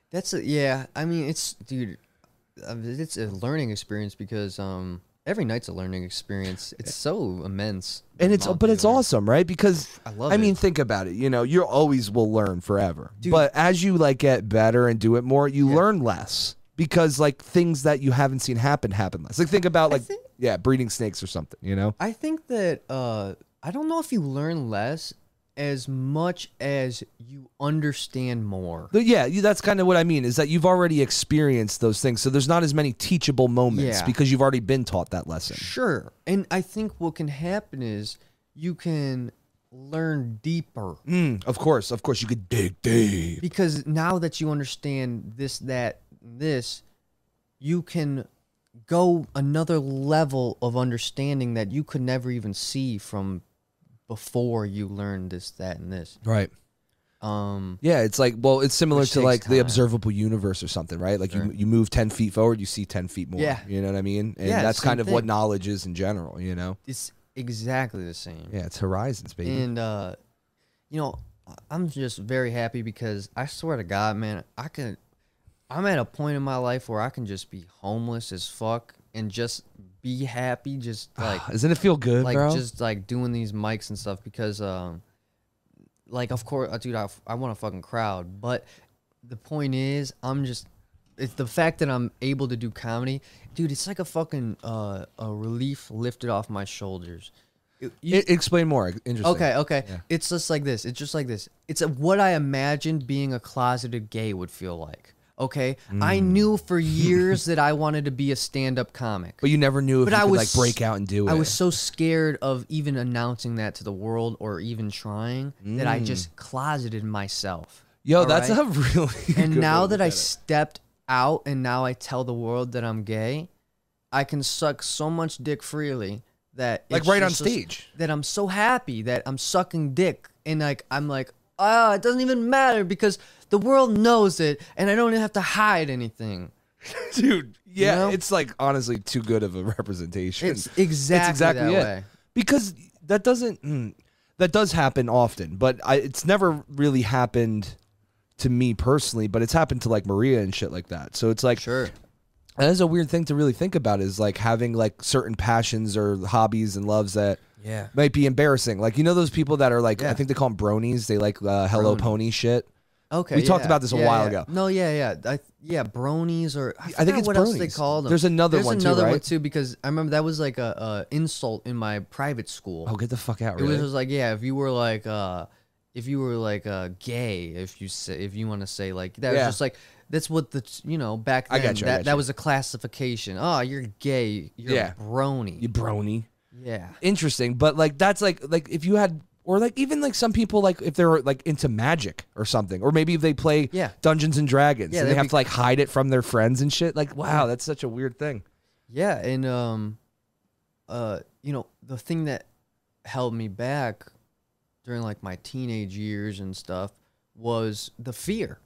A: That's a, yeah. I mean, it's dude. uh, It's a learning experience because um every night's a learning experience. It's so immense. the
C: and it's
A: amount
C: but
A: you
C: it's
A: learn.
C: awesome, right? Because
A: I love
C: I
A: it.
C: mean, think about it. You know, you always will learn forever, but as you like get better and do it more, you learn less because like things that you haven't seen happen happen less. Like think about like
A: think-
C: yeah, breeding snakes or something. You know,
A: I think that uh, I don't know if you learn less as much as you understand more.
C: but yeah, you, that's kind of what I mean is that you've already experienced those things, so there's not as many teachable moments
A: Yeah.
C: because you've already been taught that lesson.
A: Sure. And I think what can happen is you can learn deeper
C: Mm, of course, of course, you could dig deep.
A: because now that you understand this, that, this, you can go another level of understanding that you could never even see from before you learned this, that, and this.
C: Right.
A: Um,
C: Yeah, it's like well, it's similar
A: Which
C: to
A: takes
C: like the
A: time.
C: observable universe or something, right? Like you you move ten feet forward, you see ten feet more.
A: Yeah.
C: you know what I mean. And
A: Yeah,
C: that's
A: same
C: kind of what
A: thing.
C: knowledge is in general. You know.
A: it's exactly the same.
C: Yeah, it's horizons, baby.
A: And uh, you know, I- I'm just very happy because I swear to God, man, I can. I'm at a point in my life where I can just be homeless as fuck and just be happy, just like
C: Doesn't it feel Ah, good,
A: like
C: bro?
A: just like doing these mics and stuff because um, like of course, uh, dude, I, f- I want a fucking crowd, but the point is, I'm just. It's the fact that I'm able to do comedy, dude. It's like a fucking uh, a relief lifted off my shoulders. It- you-
C: E- explain more. Interesting.
A: Okay, okay. It's just like this. It's just like this. It's a, what I imagined being a closeted gay would feel like. Okay, I
C: Mm.
A: knew for years that I wanted to be a stand-up comic,
C: But you never knew if
A: But
C: you
A: I
C: could
A: was
C: like break out and do it.
A: I was so scared of even announcing that to the world or even trying that I
C: Mm.
A: just closeted myself.
C: Yo,
A: all
C: that's
A: right?
C: a really.
A: and
C: good
A: now
C: way to
A: that I
C: look at it.
A: stepped out and now I tell the world that I'm gay, I can suck so much dick freely that
C: Like
A: it's
C: right on
A: just-
C: stage.
A: that I'm so happy that I'm sucking dick and like I'm like ah it doesn't even matter because the world knows it and I don't even have to hide anything.
C: dude, yeah,
A: know?
C: it's like honestly too good of a representation.
A: It's exactly that way.
C: Because that doesn't mm, that does happen often, but I, it's never really happened to me personally. But it's happened to like Maria and shit like that. So it's like
A: Sure.
C: and that's a weird thing to really think about is like having like certain passions or hobbies and loves that
A: Yeah.
C: might be embarrassing. Like you know those people that are like I
A: Yeah.
C: think they call them bronies. They like uh, hello pony shit.
A: Okay.
C: We talked
A: yeah,
C: about this a
A: yeah,
C: while
A: yeah.
C: ago.
A: No, yeah, yeah. I, yeah, bronies or I, forgot
C: think it's
A: what else they
C: bronies.
A: called them.
C: There's another
A: There's
C: one too,
A: another one
C: right?
A: too because I remember that was like a, a insult in my private school.
C: Oh, get the fuck out!
A: It
C: Really?
A: was just like, yeah, if you were like, uh, if you were like uh, gay, if you say if you want to say like that
C: Yeah.
A: was just like that's what the you know back
C: I
A: then
C: gotcha, I
A: that
C: gotcha.
A: that was a classification. Oh, you're gay. You're
C: Yeah.
A: a brony.
C: You brony.
A: yeah.
C: Interesting, but like that's like like if you had or like even like some people like if they're like into magic or something, or maybe they play
A: Yeah.
C: Dungeons and Dragons
A: Yeah,
C: and they
A: that'd
C: have
A: be-
C: to like hide it from their friends and shit. Like wow, that's such a weird thing.
A: Yeah, and um uh you know, the thing that held me back during like my teenage years and stuff was the fear.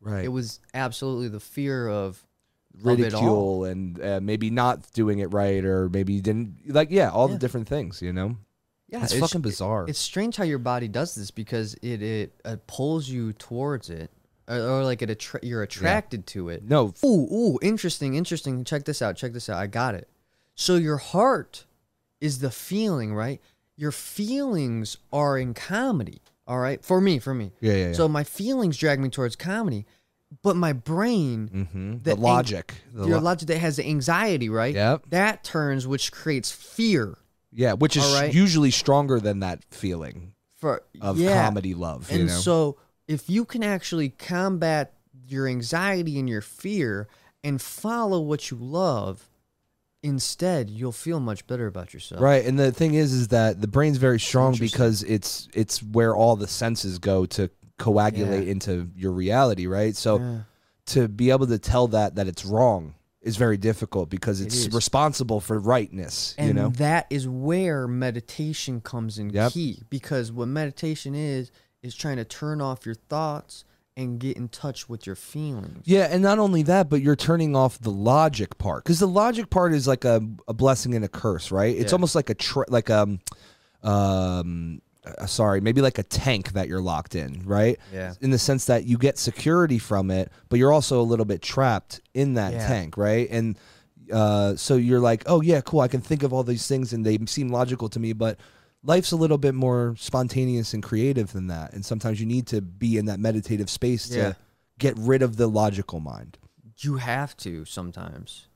C: Right.
A: It was absolutely the fear of of it all.
C: ridicule and uh, maybe not doing it right or maybe you didn't like yeah all the
A: Yeah.
C: different things you know
A: Yeah,
C: that's
A: it's-
C: fucking bizarre
A: It's strange how your body does this because it it, uh pulls you towards it, or, or like it attra- you're attracted to it.
C: no f-
A: Ooh, ooh, interesting, interesting. Check this out. Check this out. I got it. So your heart is the feeling, right? Your feelings are in comedy. All right, for me, for me.
C: Yeah, yeah, yeah.
A: So my feelings drag me towards comedy, but my brain,
C: mhm,
A: the
C: the,
A: ang-
C: logic the
A: your
C: lo-
A: logic that has the anxiety, right?
C: Yep.
A: That turns, which creates fear.
C: yeah which is
A: All right.
C: usually stronger than that feeling
A: For
C: of
A: yeah.
C: comedy love
A: And
C: you know
A: so, if you can actually combat your anxiety and your fear and follow what you love, instead, you'll feel much better about yourself.
C: right and the thing is is that the brain's very strong because it's it's where all the senses go to coagulate
A: Yeah.
C: into your reality right so
A: Yeah.
C: to be able to tell that that it's wrong is very difficult because it's
A: is.
C: responsible for rightness
A: And
C: you know
A: that is where meditation comes in
C: Yep.
A: key because what meditation is, is trying to turn off your thoughts and get in touch with your feelings.
C: Yeah, and not only that, but you're turning off the logic part because the logic part is like a, a blessing and a curse, right? It's
A: Yeah.
C: almost like a tra- like um um uh, sorry, maybe like a tank that you're locked in, right?
A: Yeah.
C: In the sense that you get security from it, but you're also a little bit trapped in that
A: Yeah.
C: tank, right? And uh, so you're like, oh yeah, cool. I can think of all these things and they seem logical to me, but life's a little bit more spontaneous and creative than that. And sometimes you need to be in that meditative space
A: Yeah.
C: to get rid of the logical mind.
A: You have to sometimes.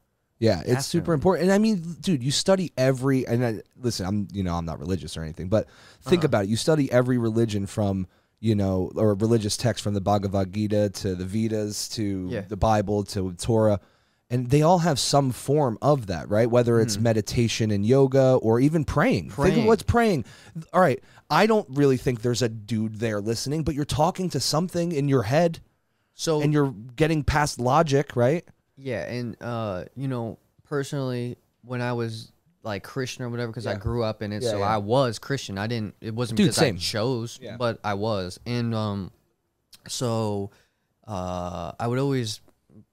C: Yeah, it's
A: Definitely.
C: super important. And I mean, dude, you study every and I, listen, I'm you know I'm not religious or anything, but
A: Uh-huh.
C: think about it. You study every religion from you know or religious text from the Bhagavad Gita to the Vedas to
A: Yeah.
C: the Bible to Torah, and they all have some form of that, right? Whether it's meditation and yoga or even praying. Think of
A: Hmm. Praying.
C: what's praying. All right, I don't really think there's a dude there listening, but you're talking to something in your head,
A: So
C: and you're getting past logic, right?
A: Yeah, and uh, you know, personally, when I was like Christian or whatever, because I
C: Yeah.
A: grew up in it,
C: Yeah,
A: so
C: yeah.
A: I was Christian. I didn't. It wasn't
C: Dude,
A: because
C: same.
A: I chose,
C: Yeah.
A: but I was, and um, so uh, I would always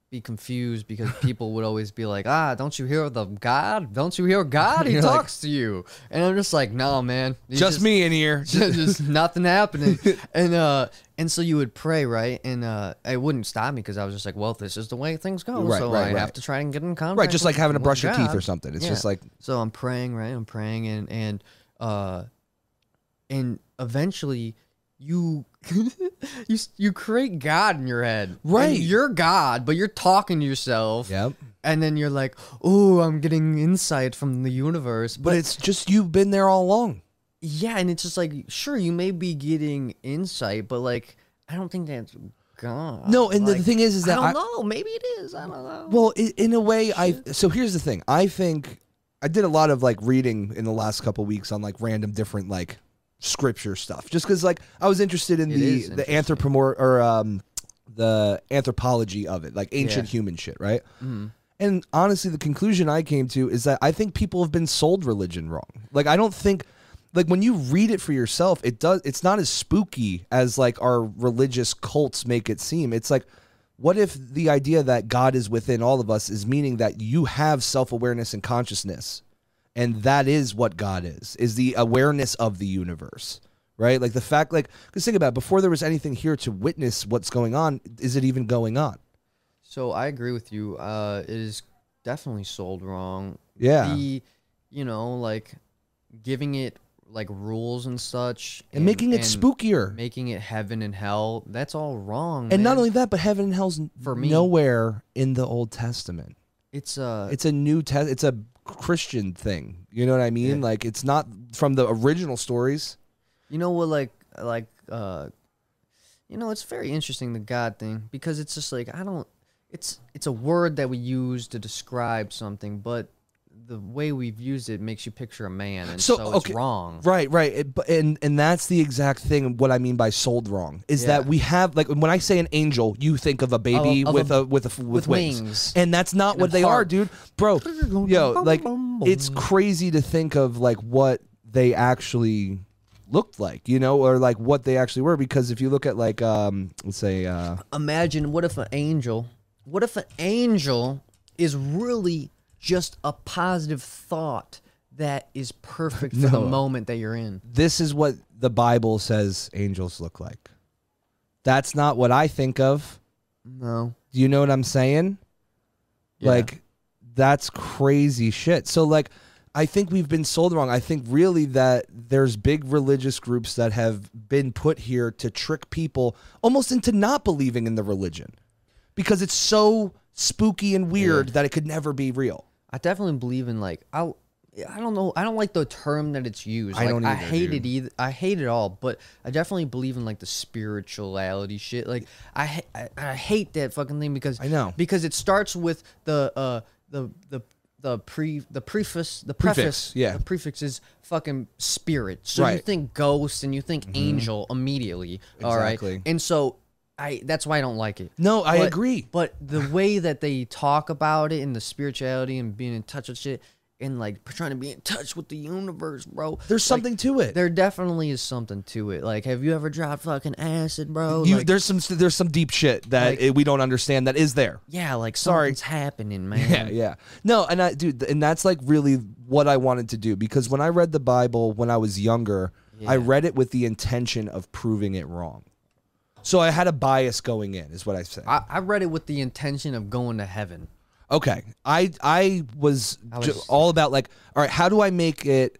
A: be confused because people would always be like, "Ah, don't you hear the God? Don't you hear God? He
C: You're like-
A: talks to you," and I'm just like, "No, man, he's
C: Just, me in here.
A: just nothing happening. And uh and so you would pray, right? And uh it wouldn't stop me because I was just like, well, this is the way things go,
C: Right,
A: so
C: right,
A: I
C: right.
A: have to try and get in contact.
C: Right, just like
A: with-
C: having to
A: with
C: brush your teeth
A: Oh God.
C: or something. It's just
A: Yeah.
C: like
A: so I'm praying, right? I'm praying, and and uh and eventually you you s- you create God in your head, And
C: Right.
A: you're God, but you're talking to yourself,
C: Yep.
A: and then you're like, oh, I'm getting insight from the universe,
C: But it's just you've been there all along.
A: yeah, and it's just like, sure, you may be getting insight, but like, I don't think that's God.
C: No, and the
A: Like,
C: thing is, is that
A: I
C: I-
A: don't know. Maybe it is. I don't know.
C: Well, i- in a way, I. So here's the thing. I think I did a lot of like reading in the last couple weeks on like random different like scripture stuff, just because like I was interested in
A: It
C: the
A: is
C: the
A: interesting.
C: anthropomor or um the anthropology of it, like ancient
A: Yeah.
C: human shit, right? And honestly, the conclusion I came to is that I think people have been sold religion wrong. Like I don't think. Like when you read it for yourself, it does. It's not as spooky as like our religious cults make it seem. It's like what if the idea that God is within all of us is meaning that you have self awareness and consciousness? And that is what God is, is the awareness of the universe, right? Like the fact, like, because think about it, before there was anything here to witness what's going on, is it even going on?
A: so I agree with you. Uh, it is definitely sold wrong.
C: Yeah.
A: The, you know, like giving it like rules and such,
C: and, making it
A: and
C: spookier.
A: making it heaven and hell. That's all wrong.
C: and not
A: man.
C: only that, but heaven and hell's
A: For me-
C: nowhere in the Old Testament.
A: it's uh,
C: it's a new test it's a christian thing you know what i mean
A: Yeah.
C: like it's not from the original stories
A: you know what, like like uh, you know, it's very interesting the God thing because it's just like I don't. It's it's a word that we use to describe something, but the way we've used it makes you picture a man, and so,
C: So,
A: it's
C: okay,
A: wrong.
C: Right, right. It- but- and and that's the exact thing what I mean by sold wrong is that
A: Yeah.
C: we have like when I say an angel, you think of a baby
A: of
C: with
A: a-
C: a, with a f- with,
A: with
C: wings.
A: wings.
C: And that's not
A: And a
C: what they are,
A: heart.
C: dude. Bro, yo, like it's crazy to think of like what they actually looked like, you know, or like what they actually were because if you look at like um let's say uh
A: Imagine what if an angel? What if an angel is really just a positive thought that is perfect for the
C: No.
A: moment that you're in?
C: this is what the Bible says angels look like. That's not what I think of.
A: No.
C: Do you know what I'm saying?
A: Yeah.
C: Like that's crazy shit. So like I think we've been sold wrong. I think really that there's big religious groups that have been put here to trick people almost into not believing in the religion because it's so spooky and weird that it could never be real.
A: I definitely believe in like I I don't know I don't like the term that it's used.
C: I
A: like,
C: don't
A: I
C: either,
A: hate
C: dude.
A: it either. I hate it all, but I definitely believe in like the spirituality shit. Like I ha- I, I hate that fucking thing because
C: I know.
A: because it starts with the uh the the the pre the preface the
C: Prefix,
A: preface
C: yeah.
A: the prefix is fucking spirit so you
C: Right. Mm-hmm.
A: think ghost and you think angel immediately all right
C: Exactly.
A: and so I that's why I don't like it
C: No, I
A: but-
C: agree.
A: But the way that they talk about it and the spirituality and being in touch with shit and like trying to be in touch with the universe, bro.
C: There's something to it.
A: There definitely is something to it. Like, have you ever dropped fucking acid, bro?
C: you,
A: Like,
C: there's some there's some deep shit that
A: Like-
C: it, we don't understand that is there.
A: yeah, like
C: Sorry.
A: something's happening, man.
C: Yeah, Uh, yeah. No, and I dude, and that's like really what I wanted to do because when I read the Bible when I was younger, I read it with the intention of proving it wrong. So I had a bias going in, is what I said.
A: I, I read it with the intention of going to heaven.
C: okay, I I was, ju-
A: was-
C: all about like, all right, how do I make it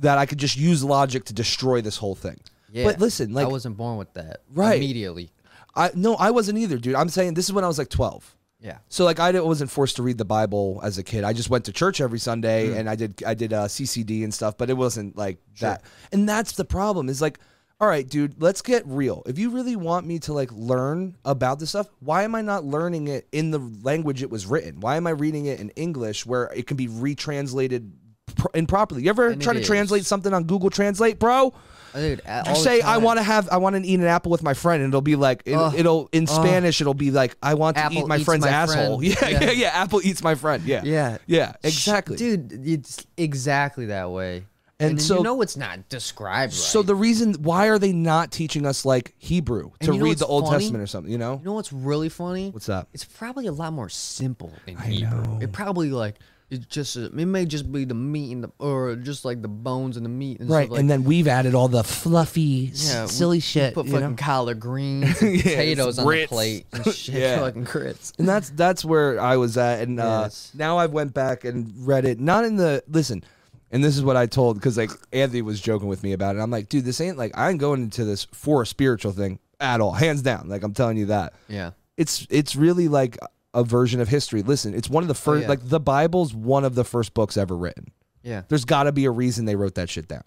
C: that I could just use logic to destroy this whole thing?
A: Yeah.
C: But listen, like,
A: I wasn't born with that.
C: Right.
A: Immediately.
C: I no, I wasn't either, dude. I'm saying this is when I was like 12.
A: Yeah.
C: So like I didn't- wasn't forced to read the Bible as a kid. I just went to church every Sunday
A: Hmm.
C: and I did I did uh, CCD and stuff, but it wasn't like that. And that's the problem is like, all right, dude, let's get real. If you really want me to like learn about this stuff, why am I not learning it in the language it was written? Why am I reading it in English where it can be retranslated pr- improperly? You ever
A: And
C: try
A: it
C: to
A: is.
C: translate something on Google Translate, bro?
A: Dude, a-
C: You
A: all the
C: say I
A: time-
C: want to have I want to eat an apple with my friend, and it'll be like it,
A: Ugh.
C: it'll in Spanish it'll be like I want to eat
A: Apple
C: my
A: eats
C: friend's
A: my
C: asshole.
A: friend.
C: Yeah, yeah,
A: Yeah.
C: yeah, Apple eats my friend. Yeah,
A: Yeah.
C: yeah. Exactly.
A: Dude, it's exactly that way.
C: And
A: And,
C: so-
A: you know it's not described right.
C: So the reason why are they not teaching us like Hebrew to
A: you know
C: read
A: what's
C: the Old
A: funny?
C: Testament or something? You know,
A: You know what's really funny?
C: What's that?
A: It's probably a lot more simple in Hebrew. It probably like it just it may just be the meat and the or just like the bones and the meat and
C: right?
A: stuff like
C: and then we've added all the fluffy, s-
A: Yeah, we-
C: silly
A: we
C: shit.
A: put
C: you
A: fucking
C: know?
A: collard greens, and potatoes on
C: grits.
A: the plate, and shit,
C: Yeah.
A: fucking grits.
C: and that's that's where I was at. And uh,
A: Yes.
C: now I've went back and read it. Not in the listen. And this is what I told because like Anthony was joking with me about it. I'm like, dude, this ain't like I ain't going into this for a spiritual thing at all, hands down. Like I'm telling you that.
A: Yeah,
C: It's it's really like a version of history. Listen, it's one of the first
A: Oh, yeah.
C: like the Bible's one of the first books ever written.
A: yeah,
C: There's got to be a reason they wrote that shit down.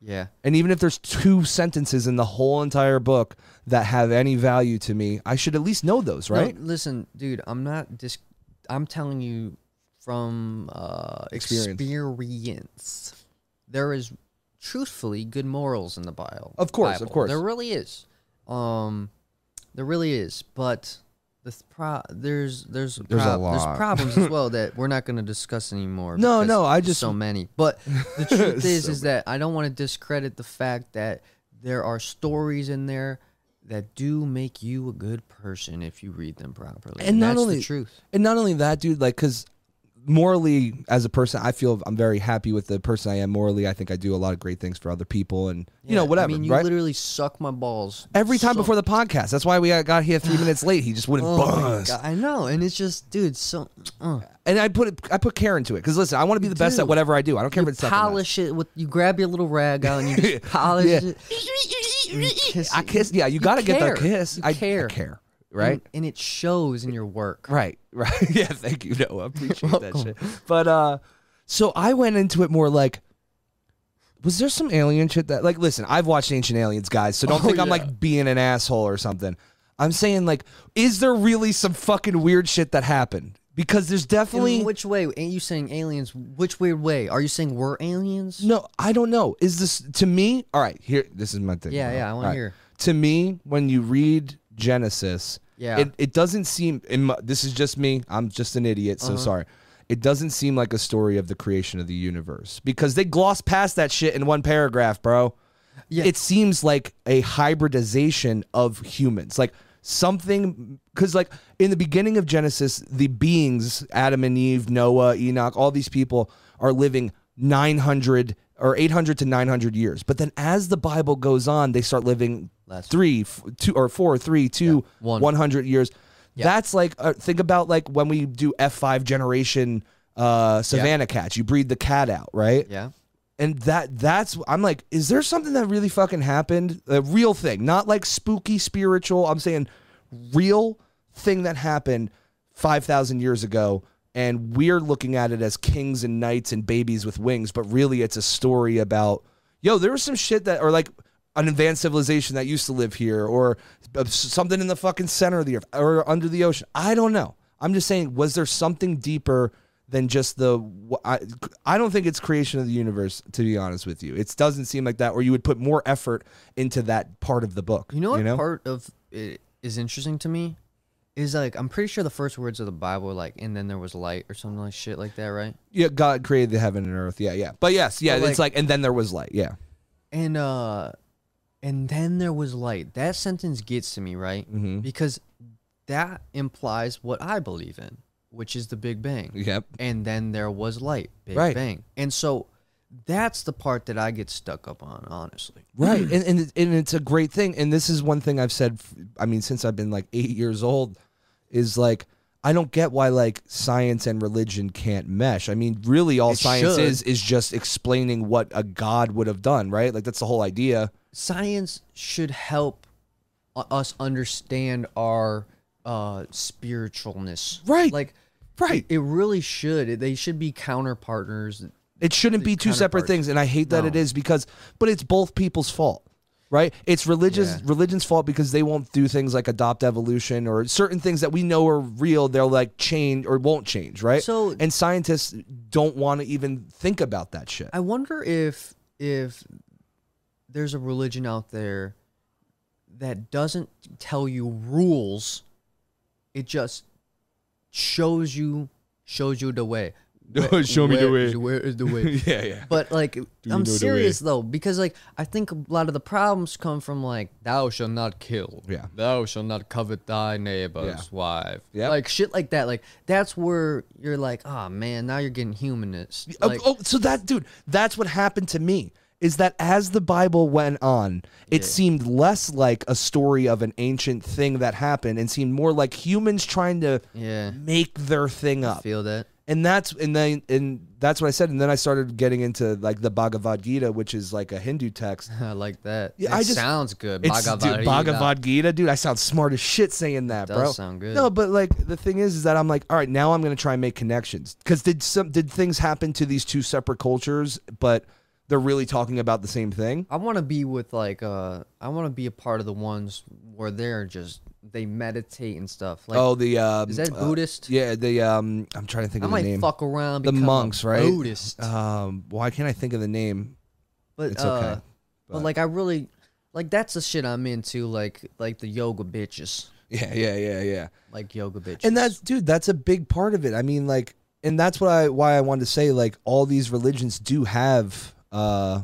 A: yeah.
C: And even if there's two sentences in the whole entire book that have any value to me, I should at least know those,
A: No,
C: right?
A: listen, dude, I'm not dis. I'm telling you from uh,
C: Experience.
A: experience. There is truthfully good morals in the Bible.
C: Of course, of
A: Bible.
C: course.
A: There really is. Um, there really is, but. The th- pro- there's there's
C: There's a lot.
A: there's problems as well that we're not going to discuss anymore.
C: No,
A: because
C: no, I
A: there's
C: just-
A: so many. But the truth is, is that I don't want to discredit the fact that there are stories in there that do make you a good person if you read them properly.
C: and not
A: that's
C: only
A: the truth.
C: and not only that, dude. Like, because morally, as a person, I feel I'm very happy with the person I am morally. I think I do a lot of great things for other people, and you know,
A: Yeah,
C: whatever,
A: I mean, you
C: right?
A: literally suck my balls
C: Every time
A: so-
C: before the podcast, that's why we got here three minutes late. He just wouldn't
A: Oh my
C: buzz,
A: God, I know, and it's just, dude, so uh,
C: and I put it, I put care into it because listen, I want to be the best at
A: do.
C: whatever I do. I don't care if it's something else.
A: polish it with you grab your little rag out and you just polish
C: Yeah.
A: it. and kiss
C: I
A: it.
C: kiss, yeah. You got to get
A: care.
C: that kiss.
A: You
C: I I
A: care.
C: care, right?
A: and, and it shows in your work.
C: Right, right. Yeah, thank you, Noah. I appreciate that shit. But uh so I went into it more like was there some alien shit that like listen, I've watched Ancient Aliens, guys, so don't
A: Oh,
C: think I'm
B: yeah.
C: like being an asshole or something. I'm saying like, is there really some fucking weird shit that happened? Because there's definitely
A: In which way? Are you saying aliens? Which weird way? Are you saying we're aliens?
C: No, I don't know. Is this to me? All right, here. This is my thing.
A: Yeah, yeah, I wanna
C: All
A: hear.
C: To me, when you read Genesis,
A: Yeah.
C: it, it doesn't seem. In my, this is just me. I'm just an idiot.
A: Uh-huh.
C: So sorry. It doesn't seem like a story of the creation of the universe because they gloss past that shit in one paragraph, bro.
A: Yeah.
C: It seems like a hybridization of humans, like something. Because like in the beginning of Genesis, the beings Adam and Eve, Noah, Enoch, all these people are living 900 or 800 to 900 years. But then as the Bible goes on, they start living
A: Less.
C: three, f- two, or four, three, two,
A: one.
C: 100 years. That's like, uh, think about like when we do F5 generation uh, Savannah cats, you breed the cat out, right?
A: Yeah.
C: And that that's I'm like, is there something that really fucking happened? A real thing, not like spooky spiritual. I'm saying real thing that happened 5,000 years ago and we're looking at it as kings and knights and babies with wings, but really it's a story about yo, there was some shit that or like an advanced civilization that used to live here or uh, s- something in the fucking center of the earth or under the ocean. I don't know. I'm just saying was there something deeper than just the wh- I, I don't think it's creation of the universe to be honest with you. It doesn't seem like that or you would put more effort into that part of the book.
A: You know what part of it is interesting to me is like I'm pretty sure the first words of the Bible are like, and then there was light or something like shit like that, right?
C: Yeah, God created the heaven and earth. Yeah, yeah. But yes, yeah,
A: But,
C: it's like and then there was light. Yeah.
A: and uh and then there was light that sentence gets to me right because that implies what i believe in which is the big bang
C: Yep.
A: and then there was light big
C: Right.
A: bang and so that's the part that i get stuck up on honestly
C: Right. and, and it- and it's a great thing and this is one thing I've said f- I mean since I've been like 8 years old is like I don't get why like science and religion can't mesh. I mean, really all
A: It
C: science
A: should.
C: is is just explaining what a god would have done, right? Like that's the whole idea.
A: science should help u- us understand our uh spiritualness
C: Right.
A: like
C: Right.
A: it really should It- they should be counter partners
C: It shouldn't be two separate
A: counterparts.
C: things, and I hate that it is because, but it's both people's fault, right? It's religious
A: Yeah.
C: religion's fault because they won't do things like adopt evolution or certain things that we know are real. They'll like change or won't change, right?
A: So-
C: and scientists don't want to even think about that shit.
A: I wonder if if there's a religion out there that doesn't tell you rules, it just shows you shows you the way. Where-
B: Show me the
A: where
B: way.
A: is- where is the way?
C: yeah, yeah.
A: But like,
B: know
A: I'm
B: the way?
A: serious though, because like I think a lot of the problems come from like thou shall not kill,
C: Yeah.
A: thou shall not covet thy neighbor's
C: Yeah.
A: wife,
C: Yep.
A: like shit like that. Like that's where you're like, oh man, now you're getting humanist.
C: Oh,
A: Like,
C: oh, so that dude, that's what happened to me. Is that as the Bible went on, it seemed less like a story of an ancient thing that happened and seemed more like humans trying to
A: Yeah.
C: make their thing up.
A: feel that.
C: and that's and then and that's what I said. And then I started getting into like the Bhagavad Gita, which is like a Hindu text.
A: I like that.
C: Yeah,
A: Yeah,
C: I
A: it
C: just-
A: sounds good.
C: It's
A: Bhagavad
C: dude,
A: Gita.
C: Bhagavad Gita, dude. I sound smart as shit saying that,
A: does
C: bro.
A: sound good.
C: No, but like the thing is, is that I'm like, all right, now I'm gonna try and make connections because did some did things happen to these two separate cultures, but they're really talking about the same thing.
A: I want to be with like uh, I want to be a part of the ones where they're just they meditate and stuff. Like,
C: oh, the um,
A: is that
C: uh,
A: Buddhist?
C: yeah, the um, I'm trying to
A: I
C: think of the
A: might
C: name.
A: fuck around.
C: the
A: become a
C: monks, right?
A: Buddhist,
C: Um, why can't I think of the name?
A: but
C: it's
A: uh,
C: okay,
A: but, like I really like that's the shit I'm into. Like like the yoga bitches,
C: Yeah, yeah, yeah, yeah.
A: like yoga bitches.
C: And that's dude, that's a big part of it. I mean, like, and that's what I why I wanted to say like all these religions do have uh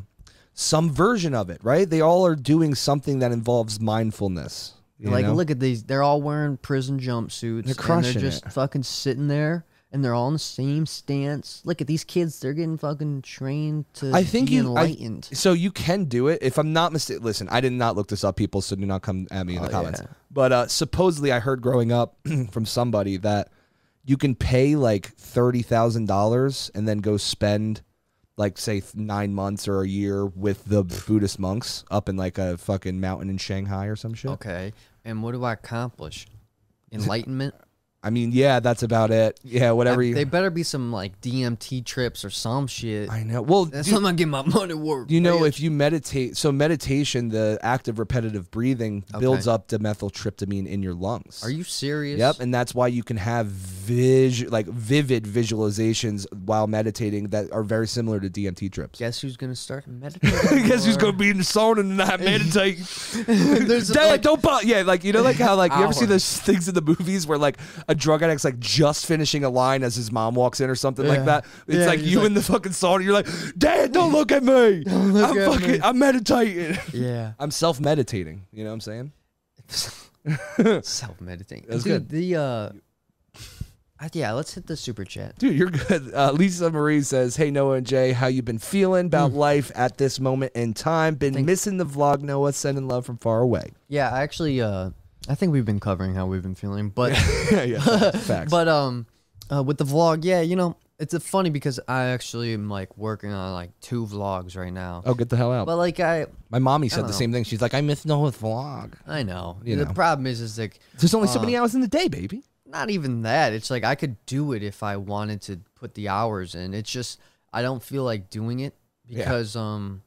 C: some version of it, right? They all are doing something that involves mindfulness. you
A: like
C: know?
A: look at these, they're all wearing prison jumpsuits.
C: crushing
A: and They're just fucking sitting there. And they're all in the same stance. Look at these kids; they're getting fucking trained to
C: I think
A: be
C: you I-
A: enlightened.
C: so you can do it. If I'm not mistaken, listen, I did not look this up, people, so do not come at me in the
A: Oh,
C: comments.
A: yeah.
C: But uh, supposedly, I heard growing up from somebody that you can pay like thirty thousand dollars and then go spend like say th- nine months or a year with the Buddhist monks up in like a
A: Oh.
C: fucking mountain in Shanghai or some shit.
A: Okay. And what do I accomplish? Enlightenment?
C: I mean, yeah, that's about it. Yeah, whatever you.
A: They better be some like DMT trips or some shit.
C: I know. Well,
A: That's
C: dude,
A: how I'm gonna get my money worth.
C: you know,
A: bitch.
C: if you meditate, so meditation, the act of repetitive breathing builds
A: Okay.
C: up dimethyltryptamine in your lungs.
A: are you serious?
C: Yep, and that's why you can have vis- like vivid visualizations while meditating that are very similar to DMT trips.
A: Guess who's gonna start meditating?
C: Guess who's
A: more?
C: gonna be in the sauna and not meditate?
A: There's
C: Dad,
A: like,
C: don't bother. Yeah, like you know, like how like you ever see
A: Hours.
C: those things in the movies where like a drug addict's like just finishing a line as his mom walks in or something like
A: Yeah.
C: that. It's
A: Yeah,
C: like
A: he's
C: you
A: like-
C: in the fucking sauna. You're like, Dad, don't look at me.
A: look
C: I'm
A: at
C: fucking.
A: me."
C: I'm meditating.
A: yeah,
C: I'm self meditating. You know what I'm saying?
A: self meditating.
C: That's
A: Dude,
C: good.
A: the uh, I- yeah, let's hit the super chat.
C: Dude, you're good. Uh, Lisa Marie says, "Hey Noah and Jay, how you been feeling about life at this moment in time? Been missing the vlog, Noah. Sending love from far away."
A: Yeah, I actually, uh, I think we've been covering how we've been feeling, but
C: yeah, yeah, facts, facts.
A: but um, uh, with the vlog, yeah, you know, it's uh funny because I actually am like working on like two vlogs right now.
C: oh, get the hell out.
A: But like I,
C: My mommy said
A: don't
C: the
A: know.
C: same thing. She's like, "I miss Noah's vlog."
A: I know.
C: You
A: the
C: know.
A: problem is, is like
C: There's only so
A: Uh,
C: many hours in the day, baby.
A: not even that. It's like I could do it if I wanted to put the hours in. It's just I don't feel like doing it because um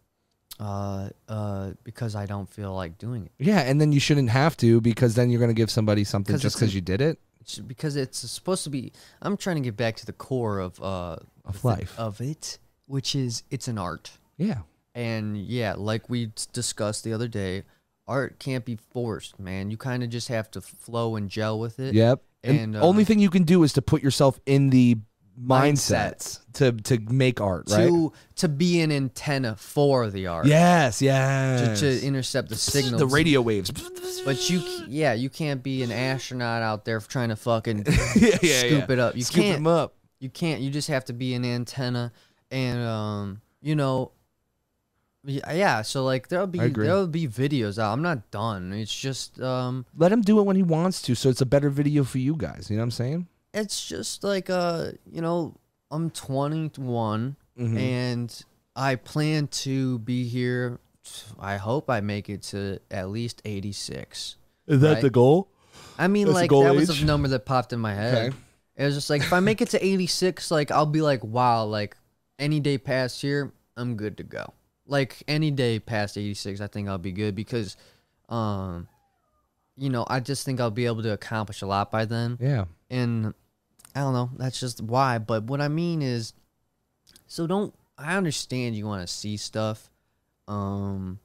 A: uh uh because I don't feel like doing it.
C: Yeah, and then you shouldn't have to because then you're gonna give somebody something
A: 'Cause
C: just
A: it's an-
C: because you did it.
A: It's because it's supposed to be I'm trying to get back to the core of uh the
C: Of
A: thi-
C: life.
A: of it, which is it's an art.
C: Yeah,
A: And yeah, like we s- discussed the other day, art can't be forced, man. You kind of just have to flow and gel with it.
C: yep. And,
A: And, uh,
C: only thing you can do is to put yourself in the mindsets
A: Mindset.
C: to to make art, right?
A: To to be an antenna for the art.
C: yes, yes.
A: to, to intercept the signals.
C: the radio waves.
A: But you, c- yeah, you can't be an astronaut out there trying to fucking
C: yeah,
A: scoop it up. You
C: Scoop
A: can't.
C: them up.
A: You can't. You just have to be an antenna, and um, you know, y- yeah. So like, there'll be
C: agree.
A: there'll be videos out. I'm not done. It's just um,
C: Let him do it when he wants to, so it's a better video for you guys. You know what I'm saying?
A: it's just like uh, you know, I'm 21,
C: Mhm.
A: and I plan to be here. I hope I make it to at least 86.
C: Is
A: that Right. the
C: goal?
A: I mean,
C: That's the
A: like
C: goal
A: that was
C: age?
A: a number that popped in my head.
C: Okay.
A: It was just like if I make it to 86, like I'll be like, wow, like any day past here, I'm good to go. Like any day past 86, I think I'll be good because, um, you know, I just think I'll be able to accomplish a lot by then.
C: Yeah.
A: And I don't know, that's just why. But what I mean is, so don't. I understand you want to see stuff. Um,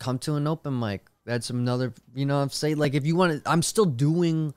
A: come to an open mic. That's another. You know, what I'm saying like if you want to, I'm still doing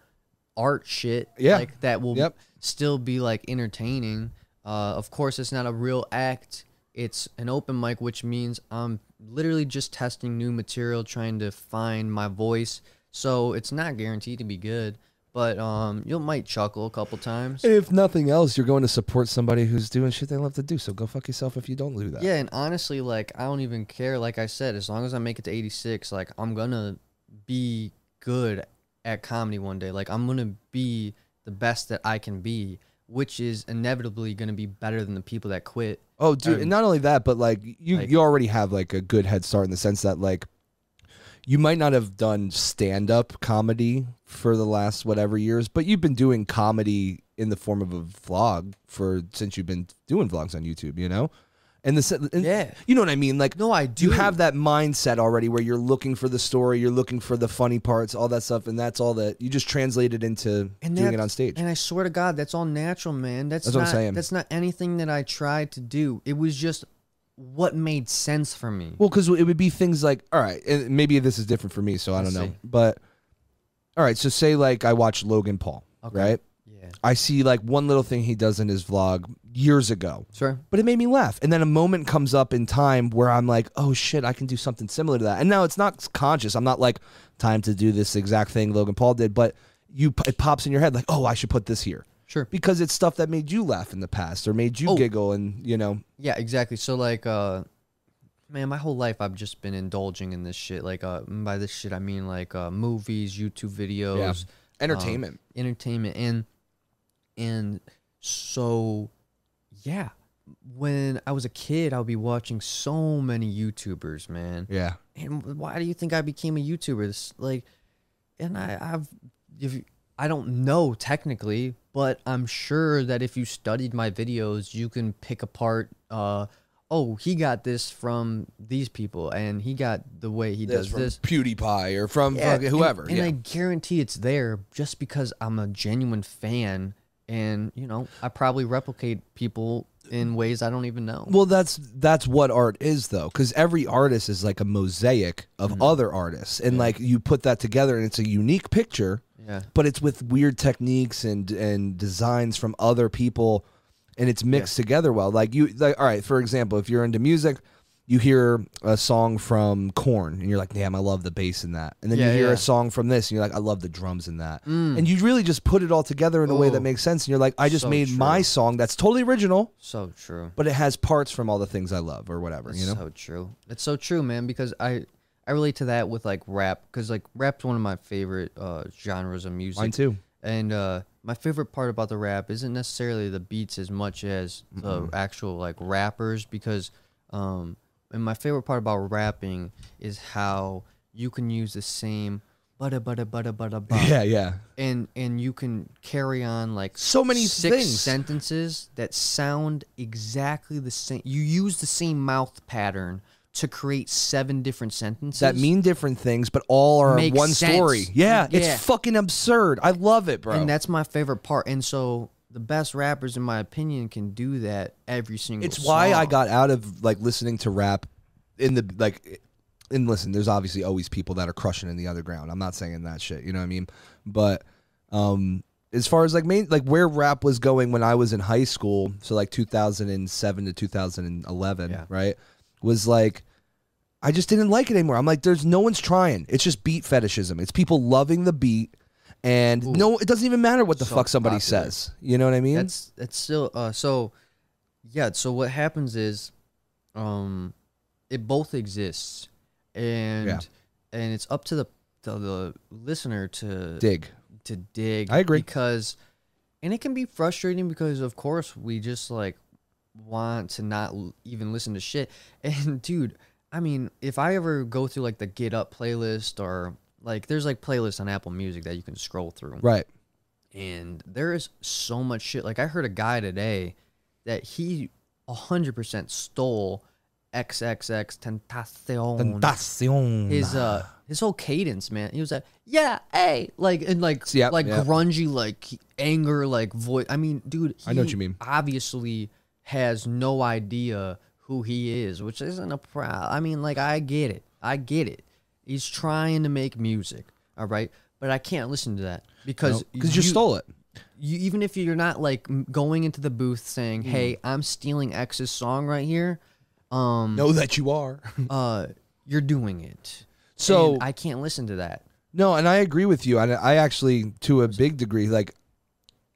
A: art shit.
C: Yeah.
A: like that will
C: Yep.
A: still be like entertaining. Uh, of course, it's not a real act. It's an open mic, which means I'm literally just testing new material, trying to find my voice. So it's not guaranteed to be good, but um, you might chuckle a couple times.
C: If nothing else, you're going to support somebody who's doing shit they love to do. So go fuck yourself if you don't do that.
A: Yeah, and honestly, like I don't even care. Like I said, as long as I make it to eighty six, like I'm gonna be good at comedy one day. Like I'm gonna be the best that I can be, which is inevitably gonna be better than the people that quit.
C: Oh, dude!
A: Um,
C: and not only that, but like you,
A: like-
C: you already have like a good head start in the sense that like you might not have done stand up comedy for the last whatever years, but you've been doing comedy in the form of a vlog for since you've been doing vlogs on YouTube. You know, and the se- and-
A: Yeah.
C: you know what I mean. Like,
A: No, I
C: you
A: do.
C: have that mindset already where you're looking for the story, you're looking for the funny parts, all that stuff, and that's all that you just translate it into doing it
A: that-
C: on stage.
A: And I swear to God, that's all natural, man. That's,
C: That's
A: not,
C: what I'm saying.
A: That's not anything that I tried to do. It was just what made sense for me.
C: Well, because it would be things like, all right, and maybe this is different for me, so I don't
A: Let's
C: know.
A: see.
C: But all right, so say like I watch Logan Paul,
A: Okay.
C: right?
A: yeah.
C: I see like one little thing he does in his vlog years ago,
A: Sure.
C: but it made me laugh. And then a moment comes up in time where I'm like, oh shit, I can do something similar to that. And now it's not conscious. I'm not like, time to do this exact thing Logan Paul did, but you it pops in your head like, oh, I should put this here
A: Sure.
C: because it's stuff that made you laugh in the past or made you
A: Oh.
C: giggle, and you know,
A: Yeah, exactly. So like uh man, my whole life I've just been indulging in this shit. Like uh and by this shit I mean like uh movies, YouTube videos,
C: entertainment.
A: entertainment and and so yeah, when I was a kid, I would be watching so many YouTubers, man.
C: yeah.
A: And why do you think I became a YouTuber? This like and I I've if you- I don't know technically, but I'm sure that if you studied my videos, you can pick apart. Uh, oh, he got this from these people, and he got the way he does
C: from
A: this.
C: PewDiePie or from
A: Yeah,
C: fucking whoever.
A: And, and
C: yeah.
A: I guarantee it's there just because I'm a genuine fan, and you know I probably replicate people in ways I don't even know.
C: Well, that's that's what art is though, because every artist is like a mosaic of other artists, and like you put that together, and it's a unique picture.
A: Yeah.
C: But it's with weird techniques and and designs from other people, and it's mixed together well. Like you, like all right, for example, if you're into music. You hear a song from Korn, and you're like, "Damn, I love the bass in that." And then
A: Yeah,
C: you hear
A: yeah.
C: a song from this, and you're like, "I love the drums in that." And you really just put it all together in a way that
A: Oh.
C: makes sense. And you're like, "I just
A: So
C: made
A: true.
C: my song that's totally original,
A: so true.
C: but it has parts from all the things I love or whatever, you know?
A: so true. It's so true, man. Because I I relate to that with like rap, because like rap's one of my favorite uh, genres of music.
C: Mine too.
A: And uh, my favorite part about the rap isn't necessarily the beats as much as the actual like rappers, because um, and my favorite part about rapping is how you can use the same bada bada bada bada ba
C: Yeah, yeah.
A: and and you can carry on like
C: So many
A: six
C: things.
A: sentences that sound exactly the same. You use the same mouth pattern to create seven different sentences.
C: That mean different things, but all are
A: Makes
C: one
A: sense.
C: story. Yeah,
A: Yeah.
C: it's fucking absurd. I love it, bro.
A: and that's my favorite part. And so the best rappers, in my opinion, can do that every single.
C: it's why I
A: song.
C: got out of like listening to rap in the like and listen, there's obviously always people that are crushing in the other ground. I'm not saying that shit, you know what I mean? But um as far as like main like where rap was going when I was in high school, so like 2007 to 2011,
A: Yeah.
C: right? Was like I just didn't like it anymore. I'm like there's no one's trying. It's just beat fetishism. It's people loving the beat and no it doesn't even matter what the
A: So
C: fuck somebody
A: popular.
C: says. You know what I mean?
A: That's that's still uh so yeah, so what happens is um it both exists and
C: Yeah.
A: and it's up to the to the listener to
C: dig.
A: to dig.
C: I agree.
A: because, and it can be frustrating because of course we just like want to not l- even listen to shit. And dude, I mean, if I ever go through like the Get Up playlist or like there's like playlists on Apple Music that you can scroll through,
C: Right.
A: and there is so much shit. Like I heard a guy today that he 100% stole XXX Tentacion
C: Tentacion.
A: his uh his whole cadence, man. He was like, "Yeah, hey," like and like
C: Yep,
A: like
C: yep.
A: grungy, like anger, like voice. I mean, dude,
C: I know what
A: he
C: you mean.
A: Obviously, has no idea who he is, which isn't a problem. I mean, like I get it, I get it. He's trying to make music, all right, but I can't listen to that because
C: because you stole it.
A: you even if you're not like m- going into the booth saying,
C: Hmm.
A: "Hey, I'm stealing X's song right here," um,
C: Know that you are.
A: uh, you're doing it.
C: So-
A: And I can't listen to that.
C: no, and I agree with you. And I actually, to a big degree, like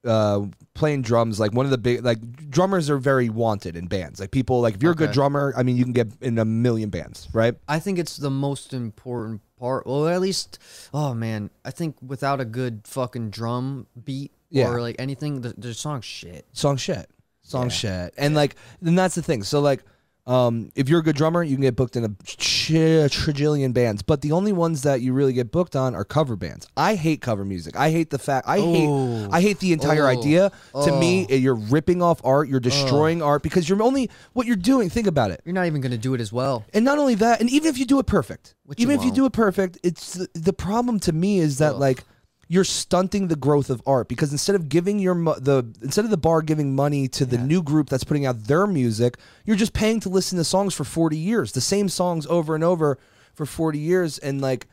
C: uh, playing drums, like one of the big, like drummers are very wanted in bands. Like people, like if you're a good
A: Okay.
C: drummer, I mean, you can get in a million bands, right?
A: I think it's the most important part. Well, at least, oh man, I think without a good fucking drum beat
C: Yeah.
A: or like anything, the, the song's shit.
C: Song shit. Song shit. And like, then that's the thing. So like, um, if you're a good drummer, you can get booked in a ch- trajillion bands. But the only ones that you really get booked on are cover bands. I hate cover music. I hate the fact. I
A: Oh.
C: hate. I hate the entire
A: Oh.
C: idea. To me,
A: Oh.
C: it- you're ripping off art. You're destroying art because you're only what you're doing. Think about it.
A: You're not even gonna do it as well.
C: And not only that, and even if you do it perfect,
A: Which you
C: even if you
A: won't.
C: do it perfect, it's the, the problem to me is that like you're stunting the growth of art because instead of giving your mo- the instead of the bar giving money to the new group that's putting out their music, you're just paying to listen to songs for 40 years, the same songs over and over for 40 years and like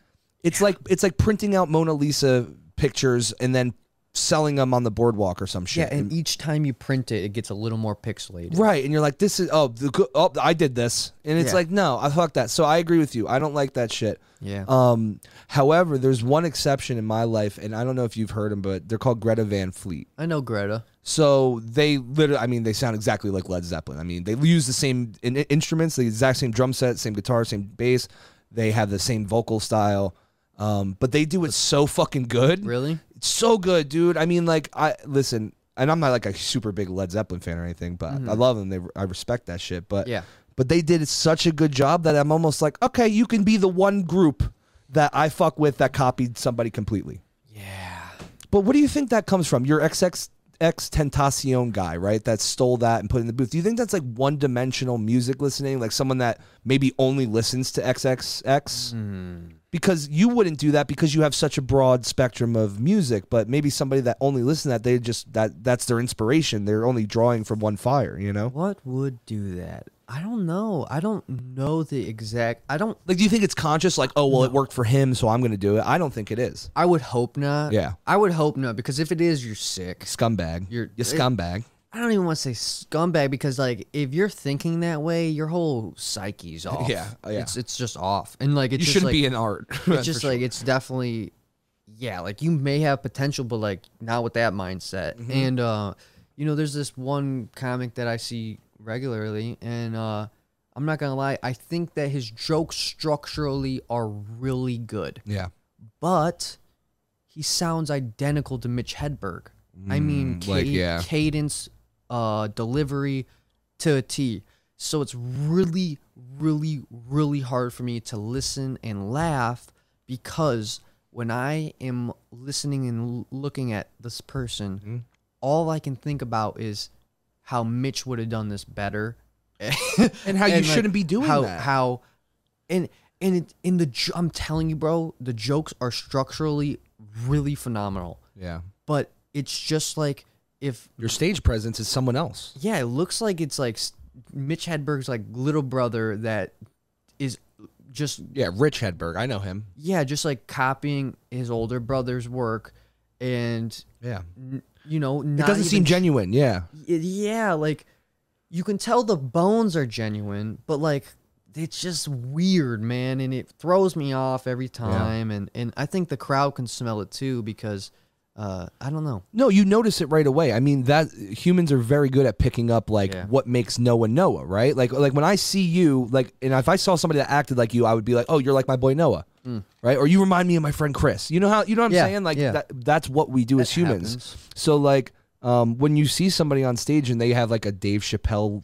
C: it's like it's like printing out Mona Lisa pictures and then selling them on the boardwalk or some shit.
A: Yeah, and each time you print it, it gets a little more pixelated.
C: Mm-hmm. Right, and you're like, this is oh, the, go- oh I did this, and it's
A: Yeah.
C: like, no, I fuck that. So I agree with you. I don't like that shit.
A: Yeah.
C: Um, however, there's one exception in my life, and I don't know if you've heard them, but they're called Greta Van Fleet.
A: I know Greta.
C: So they literally, I mean, they sound exactly like Led Zeppelin. I mean, they use the same in- instruments, the exact same drum set, same guitar, same bass. They have the same vocal style, um, but they do it so fucking good.
A: Really?
C: It's so good, dude. I mean, like, I listen, and I'm not like a super big Led Zeppelin fan or anything, but I love them. They, I respect that shit. But
A: Yeah.
C: but they did such a good job that I'm almost like, okay, you can be the one group that I fuck with that copied somebody completely.
A: Yeah.
C: But what do you think that comes from? Your XX X Tentacion guy, right? That stole that and put it in the booth. Do you think that's like one dimensional music listening? Like someone that maybe only listens to XXX?
A: Mm.
C: Because you wouldn't do that because you have such a broad spectrum of music, but maybe somebody that only listens to that, they just that that's their inspiration. They're only drawing from one fire, you know?
A: What would do that? I don't know. I don't know the exact. I don't.
C: Like do you think it's conscious, like, oh well it worked for him, so I'm gonna do it? I don't think it is.
A: I would hope not.
C: Yeah.
A: I would hope not because if it is, you're sick.
C: Scumbag.
A: You're-
C: you scumbag.
A: I don't even want to say scumbag because like if you're thinking that way, your whole psyche's off.
C: Yeah, oh, yeah.
A: It's it's just off, and like it's
C: you
A: just,
C: shouldn't
A: like,
C: be in art.
A: It's just like it's definitely, yeah. Like you may have potential, but like not with that mindset.
C: Mm-hmm.
A: And uh, you know, there's this one comic that I see regularly, and uh, I'm not gonna lie, I think that his jokes structurally are really good
C: Yeah.
A: but he sounds identical to Mitch Hedberg. I mean,
C: Mm, like,
A: ca-
C: yeah.
A: cadence, uh, delivery to a T. So it's really, really, really hard for me to listen and laugh because when I am listening and l- looking at this person,
C: Mm-hmm.
A: all I can think about is how Mitch would have done this better
C: And how you
A: like,
C: shouldn't be doing
A: how,
C: that.
A: How and and it, in the jo- I'm telling you, bro, the jokes are structurally really phenomenal,
C: yeah.
A: but it's just like if
C: Your stage presence is someone else.
A: yeah, it looks like it's like s- Mitch Hedberg's like little brother that is just
C: Yeah, Rich Hedberg. I know him.
A: yeah, just like copying his older brother's work and
C: Yeah.
A: n- you know
C: It
A: not
C: doesn't seem
A: even
C: genuine. Yeah.
A: Y- yeah, like you can tell the bones are genuine, but like it's just weird, man, and it throws me off every time. And and I think the crowd can smell it too because uh, I don't know.
C: No, you notice it right away. I mean, that humans are very good at picking up like
A: Yeah.
C: what makes Noah Noah, right? Like like when I see you, like and if I saw somebody that acted like you, I would be like, "Oh, you're like my boy Noah." Right? Or you remind me of my friend Chris. You know how you know what I'm
A: Mm. Yeah,
C: saying? Like
A: yeah.
C: that, that's what we do as humans.
A: happens.
C: So like um, when you see somebody on stage and they have like a Dave Chappelle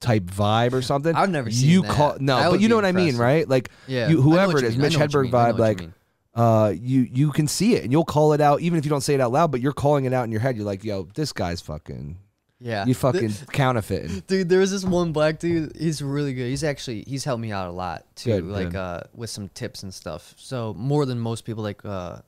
C: type vibe or something,
A: I've never seen
C: you
A: that.
C: call no,
A: That
C: but
A: would
C: you know
A: be
C: what I mean,
A: impressive.
C: right? Like
A: Yeah, I
C: you,
A: know
C: whoever
A: what
C: it
A: you
C: is,
A: mean, I
C: Mitch
A: know what you
C: Hedberg
A: mean, I know what
C: vibe,
A: you
C: like
A: mean.
C: uh, you you can see it and you'll call it out even if you don't say it out loud, but you're calling it out in your head. You're like, yo, this guy's fucking,
A: Yeah,
C: you fucking counterfeiting.
A: dude there was this one black dude he's really good he's actually he's helped me out a lot too
C: Good,
A: like
C: good.
A: uh with some tips and stuff so more than most people like uh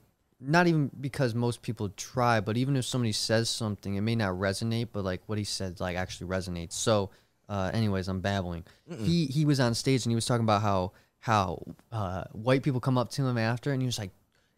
A: not even because most people try but even if somebody says something it may not resonate but like what he said like actually resonates so uh anyways i'm babbling he he was on stage and he was talking about how how uh white people come up to him after and he was like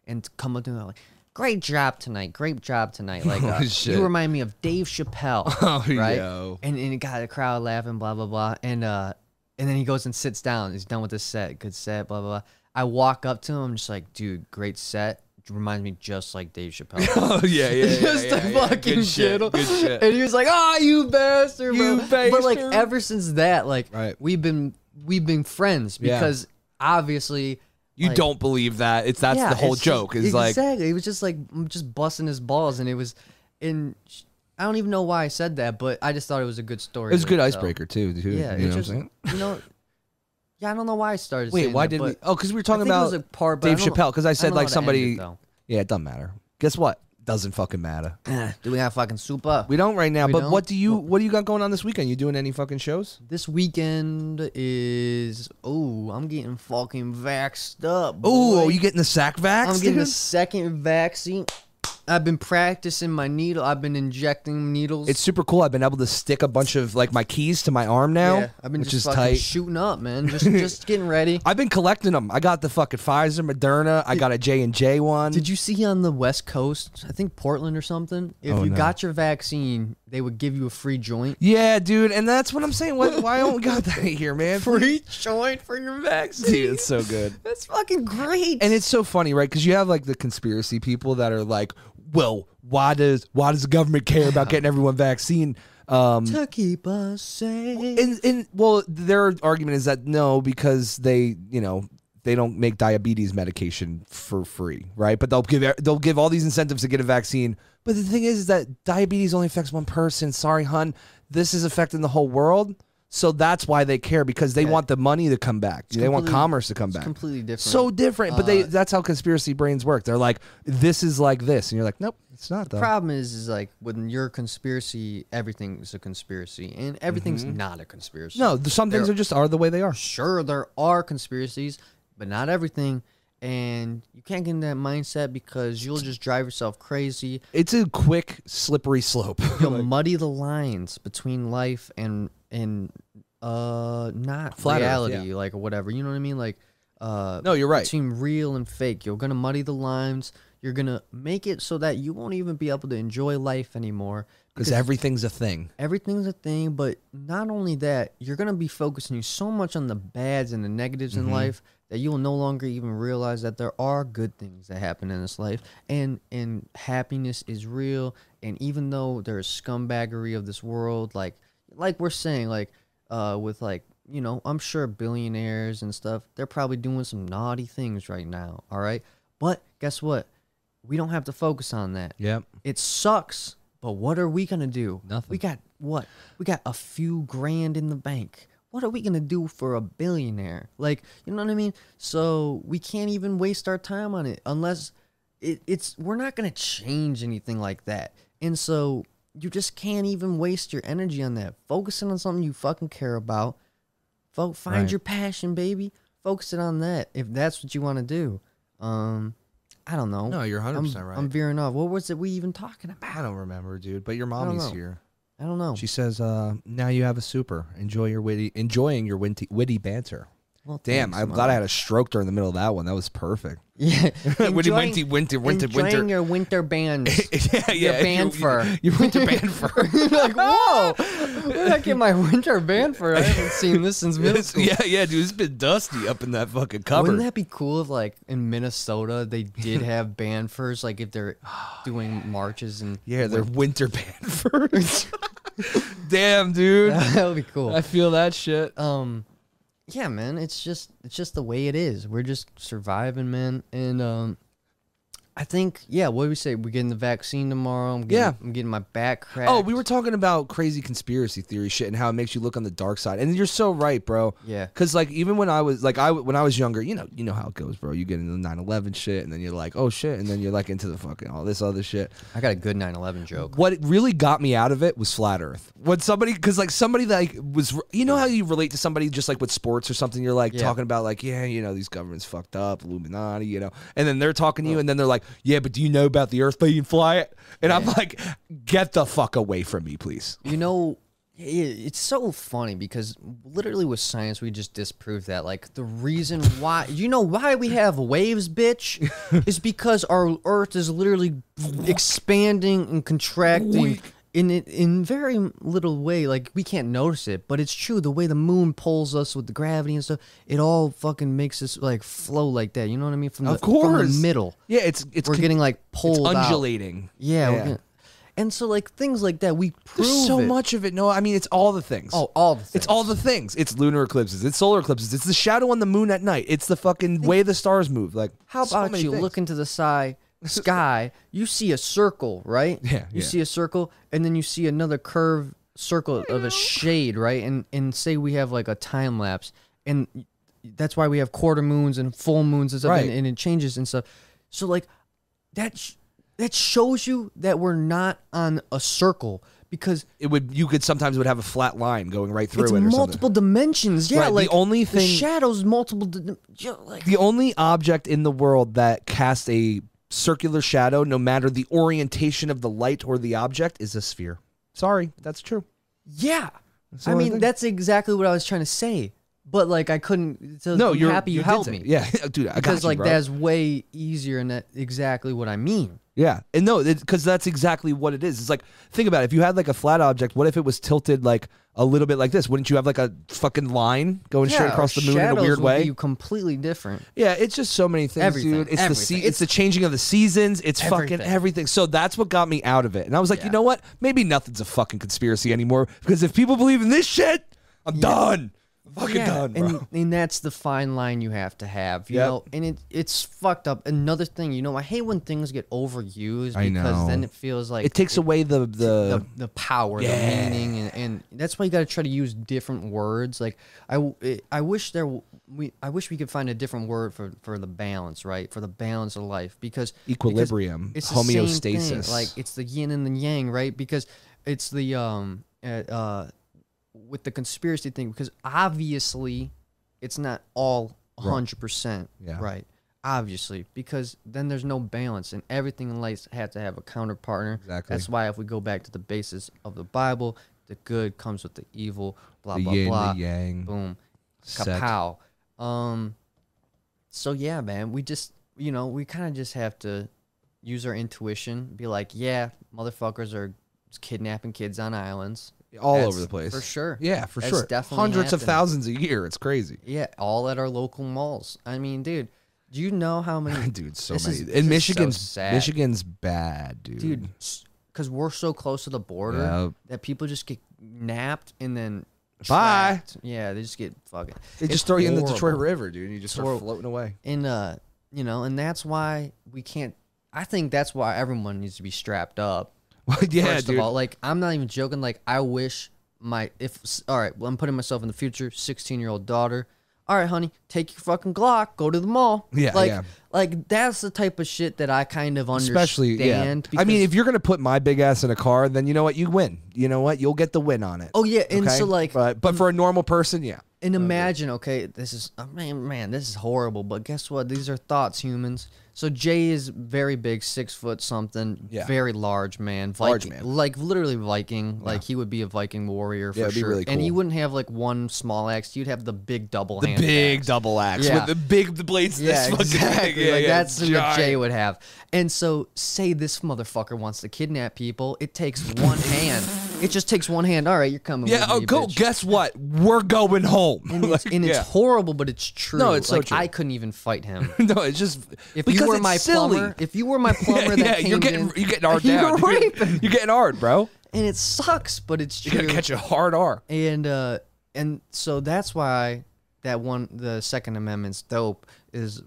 A: and come up to him like great job tonight great job tonight like uh,
C: shit.
A: you remind me of dave chappelle
C: Oh,
A: right?
C: yo.
A: And and it got the crowd laughing, blah blah blah. And uh, and then he goes and sits down. He's done with this set, good set, blah blah. blah. I walk up to him, I'm just like, dude, great set. Reminds me just like Dave Chappelle.
C: Oh yeah, yeah,
A: just a fucking diddle. And he was like, "Ah, you bastard, bro."
C: You
A: But like
C: bastard.
A: ever since that, like
C: Right.
A: we've been we've been friends
C: Yeah.
A: because obviously
C: You
A: Like-
C: don't believe that? It's that's the whole
A: it's just-
C: joke. Is like
A: exactly. It was just like m- just busting his balls, and it was, and sh- I don't even know why I said that, but I just thought it was a good story.
C: it's a good
A: so-
C: icebreaker too. dude.
A: Yeah,
C: you know
A: it's
C: what I'm
A: just
C: saying?
A: you know. Yeah, I don't know why I started.
C: Wait,
A: saying
C: why
A: that,
C: did we?
A: but
C: Oh, because we were
A: I
C: talking
A: think it
C: about
A: was a part, but I
C: Dave
A: don't know-
C: Chappelle. Because I
A: don't
C: said
A: know
C: like
A: how to end
C: somebody.
A: it, though.
C: yeah, it doesn't matter. Guess what? Doesn't fucking matter.
A: Do we have fucking super?
C: We don't right now.
A: We
C: but
A: don't?
C: what do you? What do you got going on this weekend? You doing any fucking shows?
A: This weekend is oh, I'm getting fucking vaxxed up.
C: Ooh,
A: boy.
C: you getting the sack vax?
A: I'm getting the
C: dude?
A: second vaccine. I've been practicing my needle. I've been injecting needles.
C: It's super cool. I've been able to stick a bunch of like my keys to my arm now,
A: Yeah, I've been
C: which
A: just
C: is
A: fucking
C: tight.
A: shooting up, man. Just just getting ready.
C: I've been collecting them. I got the fucking Pfizer, Moderna. I got a J and J one.
A: Did you see on the West Coast? I think Portland or something. If
C: Oh,
A: you
C: no.
A: got your vaccine, they would give you a free joint.
C: yeah, dude. And that's what I'm saying. Why, why don't we got that here, man?
A: Free joint for your vaccine.
C: Dude, it's so good.
A: That's fucking great.
C: And it's so funny, right? Because you have like the conspiracy people that are like, "Well, why does why does the government care about getting everyone vaccine?" Um,
A: to keep us safe.
C: and and well, their argument is that no, because they you know they don't make diabetes medication for free, right? But they'll give they'll give all these incentives to get a vaccine. But the thing is, is that diabetes only affects one person. Sorry, hun, this is affecting the whole world. So that's why they care because they want the money to come back. they want
A: completely-
C: commerce to come back.
A: completely different.
C: So different, Uh, but they that's how conspiracy brains work. They're like, this is like this, and you're like, nope, it's not though.
A: problem is, is like when you're a conspiracy, everything's a conspiracy, and everything's not a conspiracy.
C: Mm-hmm. no, th- some things
A: They're-
C: are just are the way they are.
A: sure there are conspiracies, but not everything. And you can't get in that mindset because you'll just drive yourself crazy.
C: It's a quick slippery slope.
A: You'll muddy the lines between life and and uh not
C: Flat Earth,
A: reality, like whatever. You know what I mean? Like uh
C: no, you're right.
A: between real and fake. You're gonna muddy the lines. You're gonna make it so that you won't even be able to enjoy life anymore
C: Because everything's a thing.
A: everything's a thing but not only that you're going to be focusing so much on the bads and the negatives in life that you will no longer even realize that there are good things that happen in this life and and happiness is real and even though there's scumbaggery of this world like like we're saying like uh with like you know i'm sure billionaires and stuff they're probably doing some naughty things right now all right but guess what we don't have to focus on that
C: Yep.
A: it sucks, but what are we gonna do?
C: Nothing.
A: We got what? We got a few grand in the bank. What are we gonna do for a billionaire? Like, you know what I mean? So we can't even waste our time on it unless it, it's we're not gonna change anything like that. And so you just can't even waste your energy on that. Focusing on something you fucking care about. Fo- find
C: Right.
A: your passion, baby. Focus it on that if that's what you want to do. Um, I don't know.
C: No, you're
A: I'm-
C: 100% right.
A: I'm veering off. What was it we even talking about?
C: I don't remember, dude. But your mommy's
A: know.
C: here.
A: I don't know.
C: She says, uh, "Now you have a super. Enjoy your witty, enjoying your witty, witty banter."
A: Well,
C: Damn,
A: thanks,
C: I'm
A: Mom.
C: glad I had a stroke during the middle of that one. That was perfect.
A: Yeah.
C: Witty,
A: Enjoying-
C: winty, winter, winter,
A: enjoying
C: winter.
A: your winter bands.
C: yeah,
A: Your band fur.
C: Your winter band fur.
A: like, whoa! Where did I get my winter band for? I haven't seen this since middle
C: It's-
A: school.
C: yeah, yeah, dude. It's been dusty up in that fucking cupboard.
A: Wouldn't that be cool if, like, in Minnesota, they did have band furs, like if they're doing marches and
C: yeah, they're winter band furs. Damn, dude.
A: that would be cool.
C: I feel that shit.
A: um yeah man it's just it's just the way it is we're just surviving man and um i think yeah what do we say we're getting the vaccine tomorrow i'm getting,
C: Yeah.
A: i'm getting my back cracked
C: Oh, we were talking about crazy conspiracy theory shit and how it makes you look on the dark side. And you're so right, bro.
A: Yeah.
C: Cuz like even when I was like I when I was younger, you know, you know how it goes, bro. You get into the 9/11 shit and then you're like, "Oh shit." And then you're like into the fucking all this other shit.
A: i got a good 9-11 joke
C: What really got me out of it was flat Earth. When somebody, because like somebody like was, you know how you relate to somebody just like with sports or something. You're like
A: Yeah.
C: talking about like, yeah, you know, these governments fucked up, Illuminati, you know, and then they're talking to you, and then they're like, yeah, but do you know about the Earth being flat? And I'm like, get the fuck away from me, please.
A: you know i- it's so funny because literally with science we just disproved that like the reason why you know why we have waves bitch is because our earth is literally expanding and contracting in it in very little way like we can't notice it but it's true the way the moon pulls us with the gravity and stuff it all fucking makes us like flow like that you know what i mean from the,
C: Of
A: from
C: course.
A: the middle
C: Yeah, it's it's
A: we're
C: con-
A: getting like
C: it's
A: pulled out.
C: undulating.
A: yeah, we're getting- and so like things like that we prove
C: There's so
A: it.
C: much of it. No, I mean it's all the things.
A: Oh, all the things.
C: It's all the things. It's lunar eclipses. It's solar eclipses. It's the shadow on the moon at night. It's the fucking way the stars move. Like
A: How
C: so
A: about
C: many
A: you
C: things.
A: look into the sky, sky, you see a circle, right?
C: Yeah,
A: You
C: yeah.
A: see a circle, and then you see another curve circle of a shade, right? And and say we have like a time lapse, and that's why we have quarter moons and full moons and stuff, and,
C: Right.
A: and it changes and stuff. So like that sh- that shows you that we're not on a circle because
C: it would you could sometimes would have a flat line going right through
A: it's
C: it or
A: multiple
C: something.
A: dimensions. Yeah,
C: Right, the
A: like
C: only
A: the
C: thing-
A: shadows multiple. Di- yeah, like
C: The only object in the world that casts a circular shadow, no matter the orientation of the light or the object, is a sphere. Sorry, that's true.
A: Yeah.
C: the
A: I
C: only
A: mean,
C: thing.
A: that's exactly what I was trying to say, but like I couldn't. So
C: No,
A: I'm
C: you're
A: happy you,
C: did
A: helped
C: say-
A: me.
C: Yeah, dude, I got
A: because
C: you,
A: like
C: bro.
A: that's way easier, and that exactly what I mean.
C: Yeah, and no, because that's exactly what it is. It's like think about it. if you had like a flat object, what if it was tilted like a little bit like this? Wouldn't you have like a fucking line going straight
A: Yeah,
C: across the moon in a
A: shadows
C: weird
A: would
C: way?
A: be completely different.
C: Yeah, it's just so many things,
A: Everything,
C: dude. It's the
A: everything.
C: se- it's,
A: It's-
C: the changing of the seasons. It's
A: Everything.
C: fucking everything. So that's what got me out of it, and I was like, you know what? Maybe nothing's a fucking conspiracy anymore because if people believe in this shit, I'm done. Fucking done, bro.
A: And, and that's the fine line you have to have, you
C: Yep.
A: know. And it it's fucked up. Another thing, you know, I hate when things get overused because
C: I
A: then
C: know.
A: it feels like
C: it takes away the the
A: the, the power, the meaning, and, and that's why you got to try to use different words. Like I, w- it- I wish there w- we I wish we could find a different word for for the balance, right? For the balance of life because because
C: Equilibrium,
A: it's the same thing,
C: homeostasis.
A: Like it's the yin and the yang, right? Because it's the um uh, uh with the conspiracy thing because obviously it's not all 100%
C: Yeah.
A: right obviously because then there's no balance and everything in life has to have a counterpartner
C: Exactly.
A: that's why if we go back to the basis of the bible the good comes with the evil blah
C: the
A: blah
C: yin,
A: blah
C: the yang.
A: boom
C: Sect.
A: kapow um so yeah man we just you know we kind of just have to use our intuition be like yeah motherfuckers are kidnapping kids on islands
C: All
A: That's
C: over the place
A: for sure
C: Yeah, for
A: That's
C: sure.
A: definitely
C: Hundreds of
A: happening.
C: thousands a year. It's crazy,
A: Yeah, all at our local malls. I mean, dude, do you know how many
C: dude. So
A: This
C: many.
A: is- this is
C: and
A: so
C: Michigan's
A: sad.
C: Michigan's bad, dude.
A: dude? Because we're so close to the border
C: Yeah.
A: that people just get napped and then
C: Bye.
A: tracked. Yeah, they just get fucking.
C: They
A: It's
C: just throw you in the Detroit
A: horrible.
C: River, dude. And you just start
A: horrible.
C: floating away.
A: And uh, you know, and that's why we can't. I think that's why everyone needs to be strapped up.
C: yeah,
A: first
C: dude.
A: of all, like I'm not even joking. Like I wish my if all right, well I'm putting myself in the future, 16 year old daughter. All right, honey, take your fucking Glock, go to the mall.
C: Yeah,
A: like
C: yeah.
A: like that's the type of shit that I kind of understand.
C: Especially, yeah. I
A: because-
C: mean, if you're gonna put my big ass in a car, then you know what? You win. You know what? You'll get the win on it.
A: oh yeah, and
C: okay?
A: so like
C: but, but for a normal person, yeah.
A: And imagine, okay, this is I mean, man, this is horrible. But guess what? These are thoughts, humans. So Jay is very big, six foot something,
C: Yeah.
A: very large man,
C: Large
A: Viking-
C: man.
A: like literally Viking. Like he would be a Viking warrior for
C: it'd be
A: sure.
C: really
A: And he
C: cool.
A: wouldn't have like one small axe. You'd have the big double
C: The
A: hand.
C: big
A: axe.
C: double axe
A: Yeah.
C: with the big the blades.
A: Yeah,
C: this fucking big.
A: exactly.
C: Yeah,
A: like
C: yeah,
A: that's what
C: giant.
A: Jay would have. And so, say this motherfucker wants to kidnap people. It takes one hand. It just takes one hand. All right, you're coming.
C: Yeah.
A: with
C: Oh,
A: me,
C: go.
A: bitch.
C: Guess what? We're going home.
A: And it's,
C: Like,
A: and it's
C: yeah.
A: horrible, but it's true.
C: No, it's so
A: like,
C: true.
A: I couldn't even fight him.
C: No, it's just
A: If
C: because
A: you were
C: it's
A: my
C: silly.
A: plumber, if you were my plumber,
C: yeah,
A: that came
C: you're getting
A: in,
C: you're getting hard
A: you
C: down.
A: were
C: You're
A: raping,
C: getting- You're getting hard, bro.
A: and it sucks, but it's
C: You're
A: true.
C: gonna catch a hard R.
A: and uh, and so that's why that one, the Second Amendment's dope is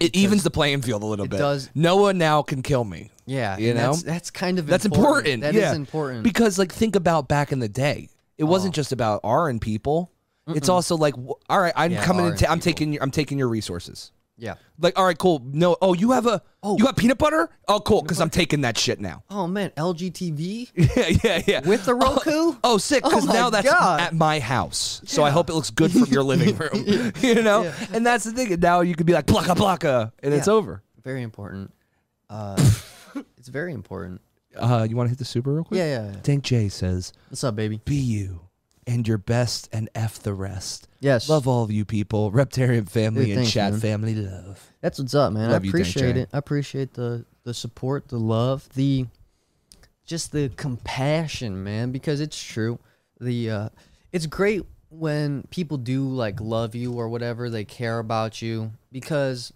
C: It evens the playing field a little bit.
A: does.
C: No one now can kill me.
A: yeah,
C: You
A: and
C: know?
A: that's, that's kind of
C: That's important.
A: That is
C: yeah.
A: important. Oh.
C: Because like think about back in the day. It wasn't just about R and people. It's also like wh- all right, I'm
A: Yeah,
C: coming
A: R
C: and
A: and
C: ta- I'm
A: people.
C: taking your, I'm taking your resources.
A: yeah.
C: Like all right, cool. No, oh, you have a oh, you got peanut butter? Oh, cool, cuz I'm taking that shit now.
A: Oh man, LGTV
C: yeah, yeah, yeah.
A: with the Roku.
C: Oh, sick! Because
A: Oh my
C: now that's
A: God.
C: at my house, so I hope it looks good from your living room. You know, and that's the thing. And now you could be like blocka blocka, and it's
A: Yeah.
C: over.
A: Very important. Uh, it's very important.
C: Uh, you want to hit the super real quick?
A: Yeah, yeah, yeah.
C: Dank J says,
A: What's up, baby?
C: "Be you and your best, and f the rest."
A: Yes.
C: love all of you people, Reptarian family
A: Dude,
C: and
A: thanks,
C: chat
A: man.
C: family love.
A: That's what's up, man.
C: Love
A: I
C: you, Dank
A: appreciate
C: Jay.
A: it. I appreciate the the support, the love, the just the compassion, man, because it's true. The uh it's great when people do like love you or whatever, they care about you because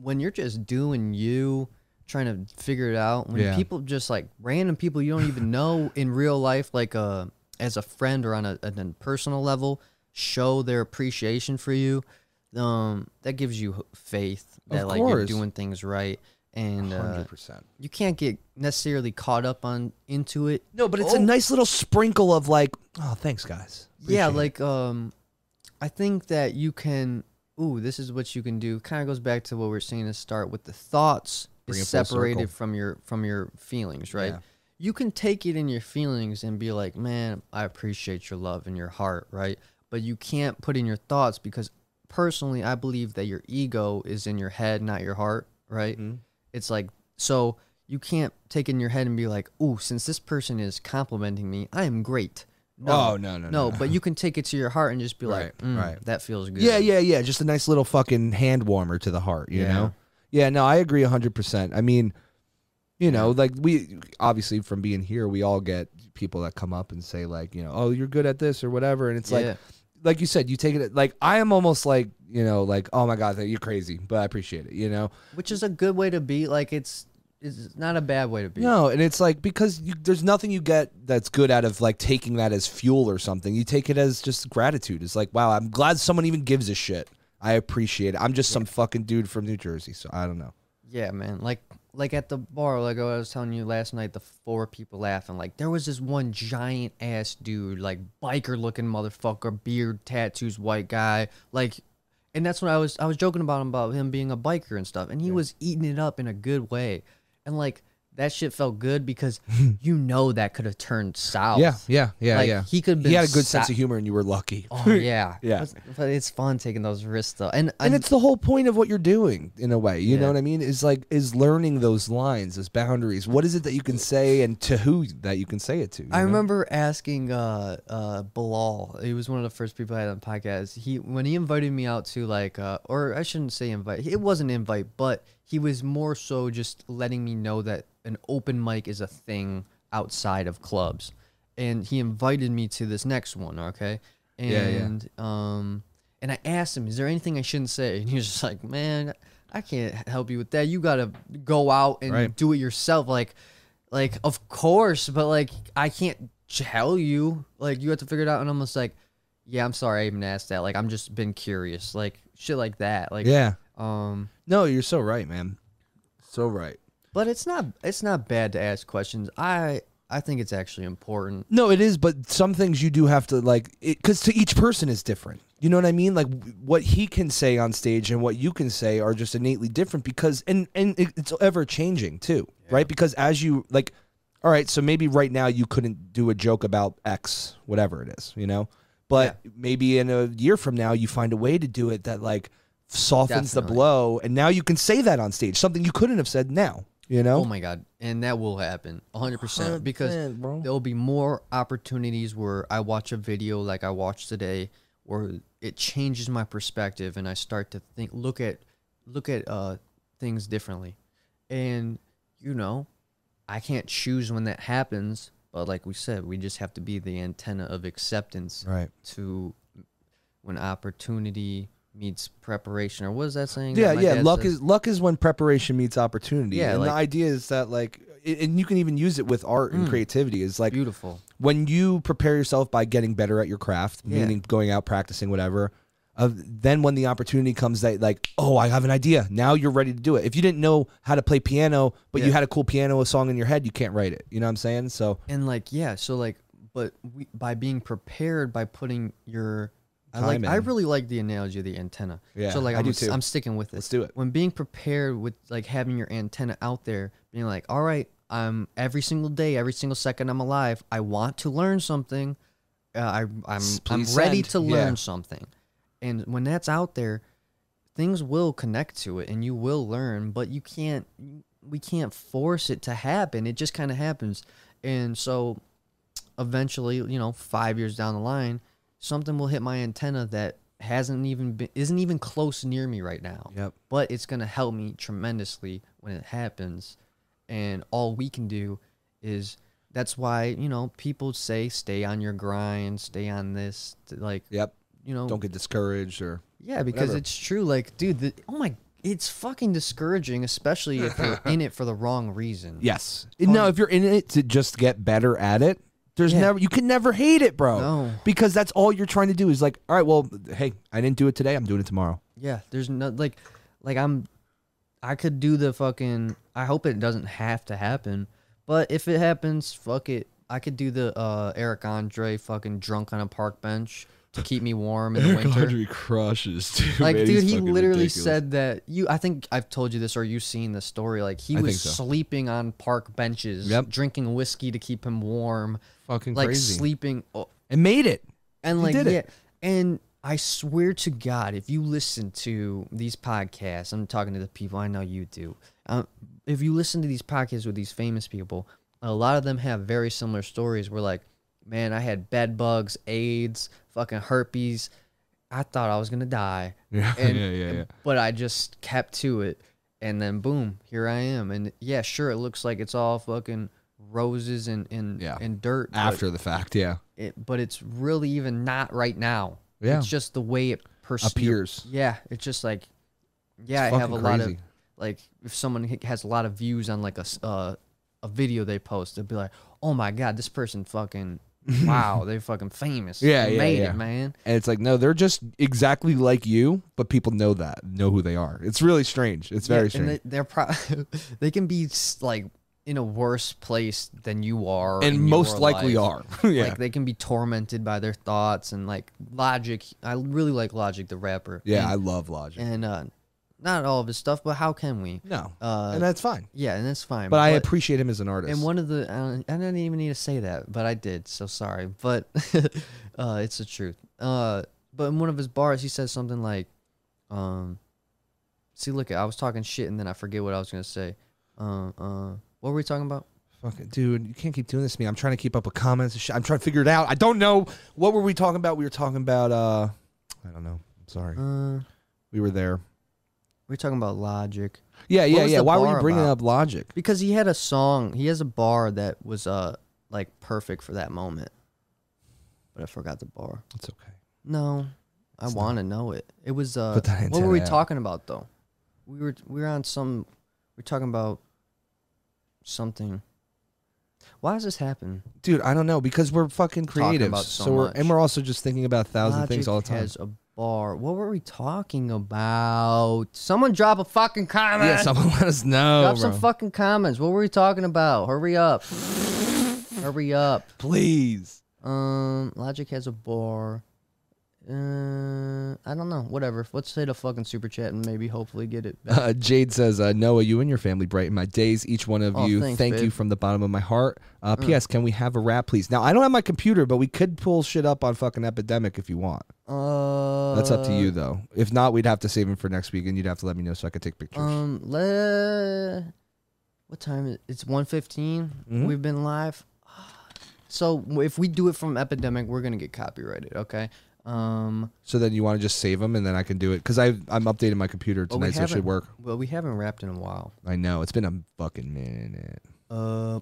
A: when you're just doing you trying to figure it out when
C: Yeah.
A: people just like random people you don't even know in real life like uh as a friend or on a, on a personal level show their appreciation for you um that gives you h- faith that like you're
C: course.
A: doing things right and uh,
C: percent.
A: you can't get necessarily caught up on into it
C: No, but it's a
A: Oh.
C: nice little sprinkle of like, oh, thanks, guys.
A: yeah
C: Appreciate it."
A: like um i think that you can ooh this is what you can do kind of goes back to what we are saying to start with the thoughts
C: Bring it
A: is
C: full
A: separated
C: circle.
A: from your from your feelings right
C: Yeah.
A: you can take it in your feelings and be like man i appreciate your love in your heart right but you can't put in your thoughts because personally i believe that your ego is in your head not your heart right
C: Mm-hmm.
A: it's like so you can't take it in your head and be like ooh since this person is complimenting me i am great
C: Oh, no, no, no,
A: no
C: no.
A: but you can take it to your heart and just be like,
C: Right,
A: "Mm,
C: right.
A: that feels good.
C: Yeah, yeah, yeah. Just a nice little fucking hand warmer to the heart, you
A: Yeah.
C: know? Yeah, no, I agree 100%. I mean, you know, like we obviously from being here, we all get people that come up and say, like, you know, oh, you're good at this or whatever. And it's
A: Yeah.
C: like, like you said, you take it, like, I am almost like, you know, like, oh my God, you're crazy, but I appreciate it, you know?
A: Which is a good way to be. Like, it's it's not a bad way to be.
C: No, and it's like because you, there's nothing you get that's good out of like taking that as fuel or something. You take it as just gratitude. It's like, wow, I'm glad someone even gives a shit. I appreciate it. I'm just some fucking dude from New Jersey, so I don't know.
A: Yeah, man. Like like at the bar, like I was telling you last night, the four people laughing. Like there was this one giant ass dude, like biker looking motherfucker, beard, tattoos, white guy. Like and that's when I was I was joking about him about him being a biker and stuff. And he was eating it up in a good way. And like that shit felt good because you know that could have turned south.
C: Yeah, yeah, yeah,
A: Oh. Like,
C: yeah.
A: he could've
C: He
A: been
C: had a good
A: sa-
C: sense of humor, and you were lucky.
A: Oh yeah.
C: Yeah.
A: But, but it's fun taking those risks though. And,
C: and
A: I'm-
C: it's the whole point of what you're doing in a way you know
A: Yeah.
C: what i mean is like is learning those lines those boundaries what is it that you can say and to who that you can say it to you
A: I
C: know?
A: remember asking uh, uh, Bilal. He was one of the first people I had on the podcast. He when he invited me out to like, uh, or I shouldn't say invite. It was an invite, but he was more so just letting me know that an open mic is a thing outside of clubs, and he invited me to this next one. Okay, and
C: Yeah, yeah.
A: um, and I asked him, "Is there anything I shouldn't say?" And he was just like, "Man." I can't help you with that. You gotta go out and
C: Right.
A: do it yourself. Like, like of course but like i can't tell you like you have to figure it out and i'm just like yeah i'm sorry i even asked that like i'm just been curious like shit like that like
C: yeah
A: um
C: no you're so right man so right
A: but it's not it's not bad to ask questions i i think it's actually important
C: no it is but some things you do have to like because to each person is different you know what i mean like w- what he can say on stage and what you can say are just innately different because and and it- it's ever changing too right because as you like all right so maybe right now you couldn't do a joke about x whatever it is you know but maybe in a year from now you find a way to do it that like softens the
A: Definitely.
C: blow and now you can say that on stage something you couldn't have said now you know
A: oh my god and that will happen 100% because
C: 100%, bro.
A: there'll be more opportunities where i watch a video like i watched today where it changes my perspective and i start to think look at look at uh things differently and you know i can't choose when that happens but like we said we just have to be the antenna of acceptance
C: right
A: to when opportunity meets preparation or what is that saying that
C: Yeah,
A: my
C: yeah.
A: dad
C: Luck
A: says?
C: is luck is when preparation meets opportunity.
A: Yeah,
C: and the
A: like- Hmm.
C: idea is that like, i- and you can even use it with art and creativity. Is like
A: beautiful
C: when you prepare yourself by getting better at your craft,
A: Yeah.
C: meaning going out practicing whatever. Uh, then when the opportunity comes, that like, oh, I have an idea. Now you're ready to do it. If you didn't know how to play piano, but you
A: Yeah.
C: had a cool piano song in your head, you can't write it. You know what I'm saying? So
A: and like yeah so like but we, by being prepared by putting your I
C: Time
A: like I
C: in.
A: really like the analogy of the antenna.
C: Yeah,
A: So like
C: I
A: I'm
C: do too.
A: I'm sticking with it.
C: Let's do it.
A: When being prepared with like having your antenna out there, being like, all right, I'm every single day, every single second I'm alive. I want to learn something. Uh, I I'm
C: S-
A: I'm
C: please
A: ready
C: send.
A: to
C: Yeah.
A: learn something, and when that's out there, things will connect to it and you will learn but you can't we can't force it to happen it just kind of happens and so eventually you know 5 years down the line something will hit my antenna that hasn't even been isn't even close near me right now
C: Yep.
A: but it's going to help me tremendously when it happens and all we can do is that's why you know people say stay on your grind stay on this t- like
C: yep,
A: you know
C: don't get discouraged or
A: yeah, because
C: Whatever.
A: it's true. Like, dude, the, oh my, it's fucking discouraging, especially if you're in it for the wrong reason.
C: Yes. No, if you're in it to just get better at it, there's
A: Yeah.
C: never you can never hate it, bro.
A: No.
C: Because that's all you're trying to do is like, all right, well, hey, I didn't do it today, I'm doing it tomorrow.
A: Yeah, there's no like, like I'm, I could do the fucking. I hope it doesn't have to happen, but if it happens, fuck it. I could do the uh, Eric Andre fucking drunk on a park bench to keep me warm in the winter.
B: crushes dude.
A: Like, dude, he literally said that you. I think I've told you this, or you've seen the story. Like, he
C: I
A: was
C: think so.
A: sleeping on park benches,
C: Yep.
A: drinking whiskey to keep him warm,
C: Fucking
A: like
C: crazy.
A: sleeping. Oh,
C: And made it.
A: and like,
C: did
A: yeah,
C: it.
A: and I swear to God, if you listen to these podcasts, I'm talking to the people I know you do. Um, if you listen to these podcasts with these famous people, a lot of them have very similar stories. Where like, man, I had bed bugs, AIDS, fucking herpes. I thought I was gonna die
B: yeah,
A: and
B: yeah, yeah, yeah.
A: but I just kept to it, and then boom, here I am. And yeah, sure, it looks like it's all fucking roses and and
C: Yeah.
A: and dirt but
C: After the fact, yeah.
A: it, but it's really even not right now.
C: Yeah.
A: it's just the way it pers-
C: Appears.
A: Yeah, it's just like yeah,
C: It's
A: I have a
C: fucking
A: lot of
C: crazy.
A: like if someone h- has a lot of views on like a s- uh, a video they post, they'll be like, "Oh my god, this person fucking wow, they fucking famous.
C: Yeah,
A: They
C: yeah,
A: made
C: yeah.
A: it, man."
C: And it's like, no, they're just exactly like you, but people know that, know who they are. It's really strange. It's very
A: Yeah,
C: strange.
A: And they, they're pro- they can be s- like in a worse place than you are,
C: And
A: in
C: most
A: your
C: likely
A: life.
C: are. Yeah.
A: Like they can be tormented by their thoughts and like Logic. I really like Logic, the rapper.
C: yeah, I
A: and,
C: love logic.
A: and uh, not all of his stuff, but how can we?
C: no,
A: Uh,
C: and that's fine.
A: yeah, and that's fine.
C: But I appreciate him as an artist.
A: And one of the I, don't, I didn't even need to say that, but I did. So sorry, but uh, it's the truth. Uh, but in one of his bars, he says something like, um, "See, look, I was talking shit, and then I forget what I was gonna say. Uh, uh, what were we talking about?
C: Fucking dude, you can't keep doing this to me. I'm trying to keep up with comments. and shit. I'm trying to figure it out. I don't know what were we talking about. We were talking about. uh I don't know. I'm sorry.
A: Uh,
C: we were there.
A: we were talking about logic
C: Yeah, yeah,
A: was
C: yeah.
A: the
C: Why were you
A: bar
C: bringing
A: about?
C: up logic?
A: because he had a song. He has a bar that was uh like perfect for that moment, but I forgot the bar.
C: It's okay.
A: No, I
C: It's
A: want to know it. It was uh,
C: Put that
A: what were we
C: antenna out.
A: talking about though? We were we were on some we are talking about something. Why does this happen?
C: Dude, I don't know because we're fucking
A: Talking
C: creative.
A: about
C: So,
A: so
C: we're,
A: much.
C: and we're also just thinking about a thousand things
A: Logic
C: all the time.
A: Has a bar. What were we talking about? Someone drop a fucking comment.
C: yeah, someone let us know.
A: drop
C: bro.
A: some fucking comments. What were we talking about? Hurry up. Hurry up.
C: Please.
A: Um, Logic has a bar. Uh, I don't know. Whatever. Let's hit a fucking super chat and maybe hopefully get it. Back.
C: Uh, Jade says, uh, Noah, you and your family brighten my days. Each one of
A: Aw,
C: you,
A: thanks,
C: thank you
A: babe. Mm.
C: from the bottom of my heart. Uh, P.S. Can we have a wrap, please? Now, I don't have my computer, but we could pull shit up on fucking Epidemic if you want.
A: Uh,
C: That's up to you, though. If not, we'd have to save him for next week, and you'd have to let me know so I could take pictures.
A: Um, le- what time is it's 1:15.
C: Mm-hmm.
A: We've been live. So if we do it from Epidemic, we're going to get copyrighted, okay? Um,
C: so then you want to just save him, and then I can do it because I'm updating my computer
A: but we
C: tonight, so it should
A: haven't-
C: work.
A: Well, we haven't rapped in a while.
C: I know it's been a fucking minute.
A: Uh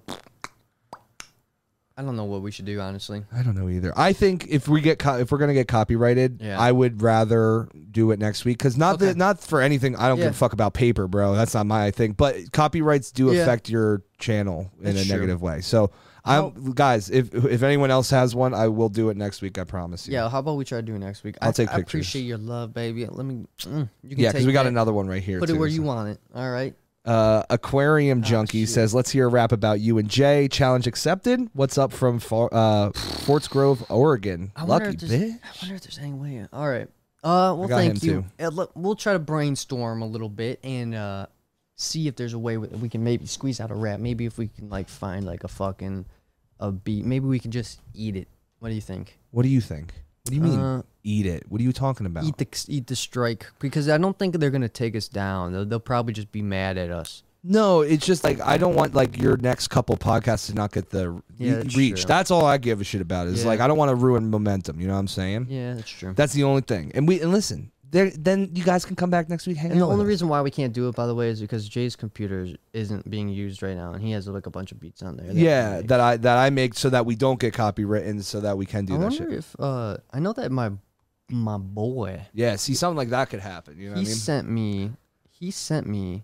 A: I don't know what we should do honestly.
C: I don't know either. I think if we get co- if we're gonna get copyrighted,
A: Yeah.
C: I would rather do it next week because not that
A: Okay.
C: not for anything. I don't give
A: Yeah.
C: a fuck about paper, bro. That's not my thing. But copyrights do
A: Yeah.
C: affect your channel in
A: That's
C: a
A: true.
C: negative way. So I'm guys. If if anyone else has one, I will do it next week. I promise you.
A: Yeah, how about we try doing next week? I-
C: I'll take
A: I appreciate your love, baby. Let me mm, you can
C: yeah, because
A: take
C: we got
A: that.
C: another one right here.
A: Put it
C: too,
A: where
C: so.
A: you want Oh, it. All right.
C: Uh, Aquarium Junkie
A: shit.
C: says, "Let's hear a rap about you and Jay. Challenge accepted. What's up from Far- uh, Forts Grove, Oregon?
A: I wonder
C: Lucky
A: if there's-
C: bitch.
A: I wonder if there's any way. All right. Uh, well,
C: got
A: thank
C: him
A: you.
C: too.
A: Uh, look, we'll try to brainstorm a little bit and uh, see if there's a way that we can maybe squeeze out a rap. Maybe if we can like find like a fucking a beat. Maybe we can just eat it. What do you think?
C: What do you think? What do you mean?
A: Uh,
C: eat it. What are you talking about?
A: Eat the eat the strike because I don't think they're gonna take us down. They'll, they'll probably just be mad at us.
C: No, it's just like I don't want like your next couple podcasts to not get the
A: Yeah,
C: re-
A: that's
C: reach.
A: true.
C: That's all I give a shit about. Is
A: Yeah.
C: like I don't want to ruin momentum. You know what I'm saying?
A: Yeah, that's true.
C: That's the only thing. And we and listen, there then you guys can come back next week. Hang
A: and the
C: out with
A: only
C: us.
A: reason why we can't do it, by the way, is because Jay's computer is- isn't being used right now, and he has like a bunch of beats on there. that we
C: Yeah,
A: make.
C: that I that I make so that we don't get copywritten, so that we can do
A: I
C: that
A: wonder
C: shit.
A: if uh, I know that my my boy
C: Yeah, see, something like that could happen. You know
A: he
C: what I mean?
A: sent me he sent me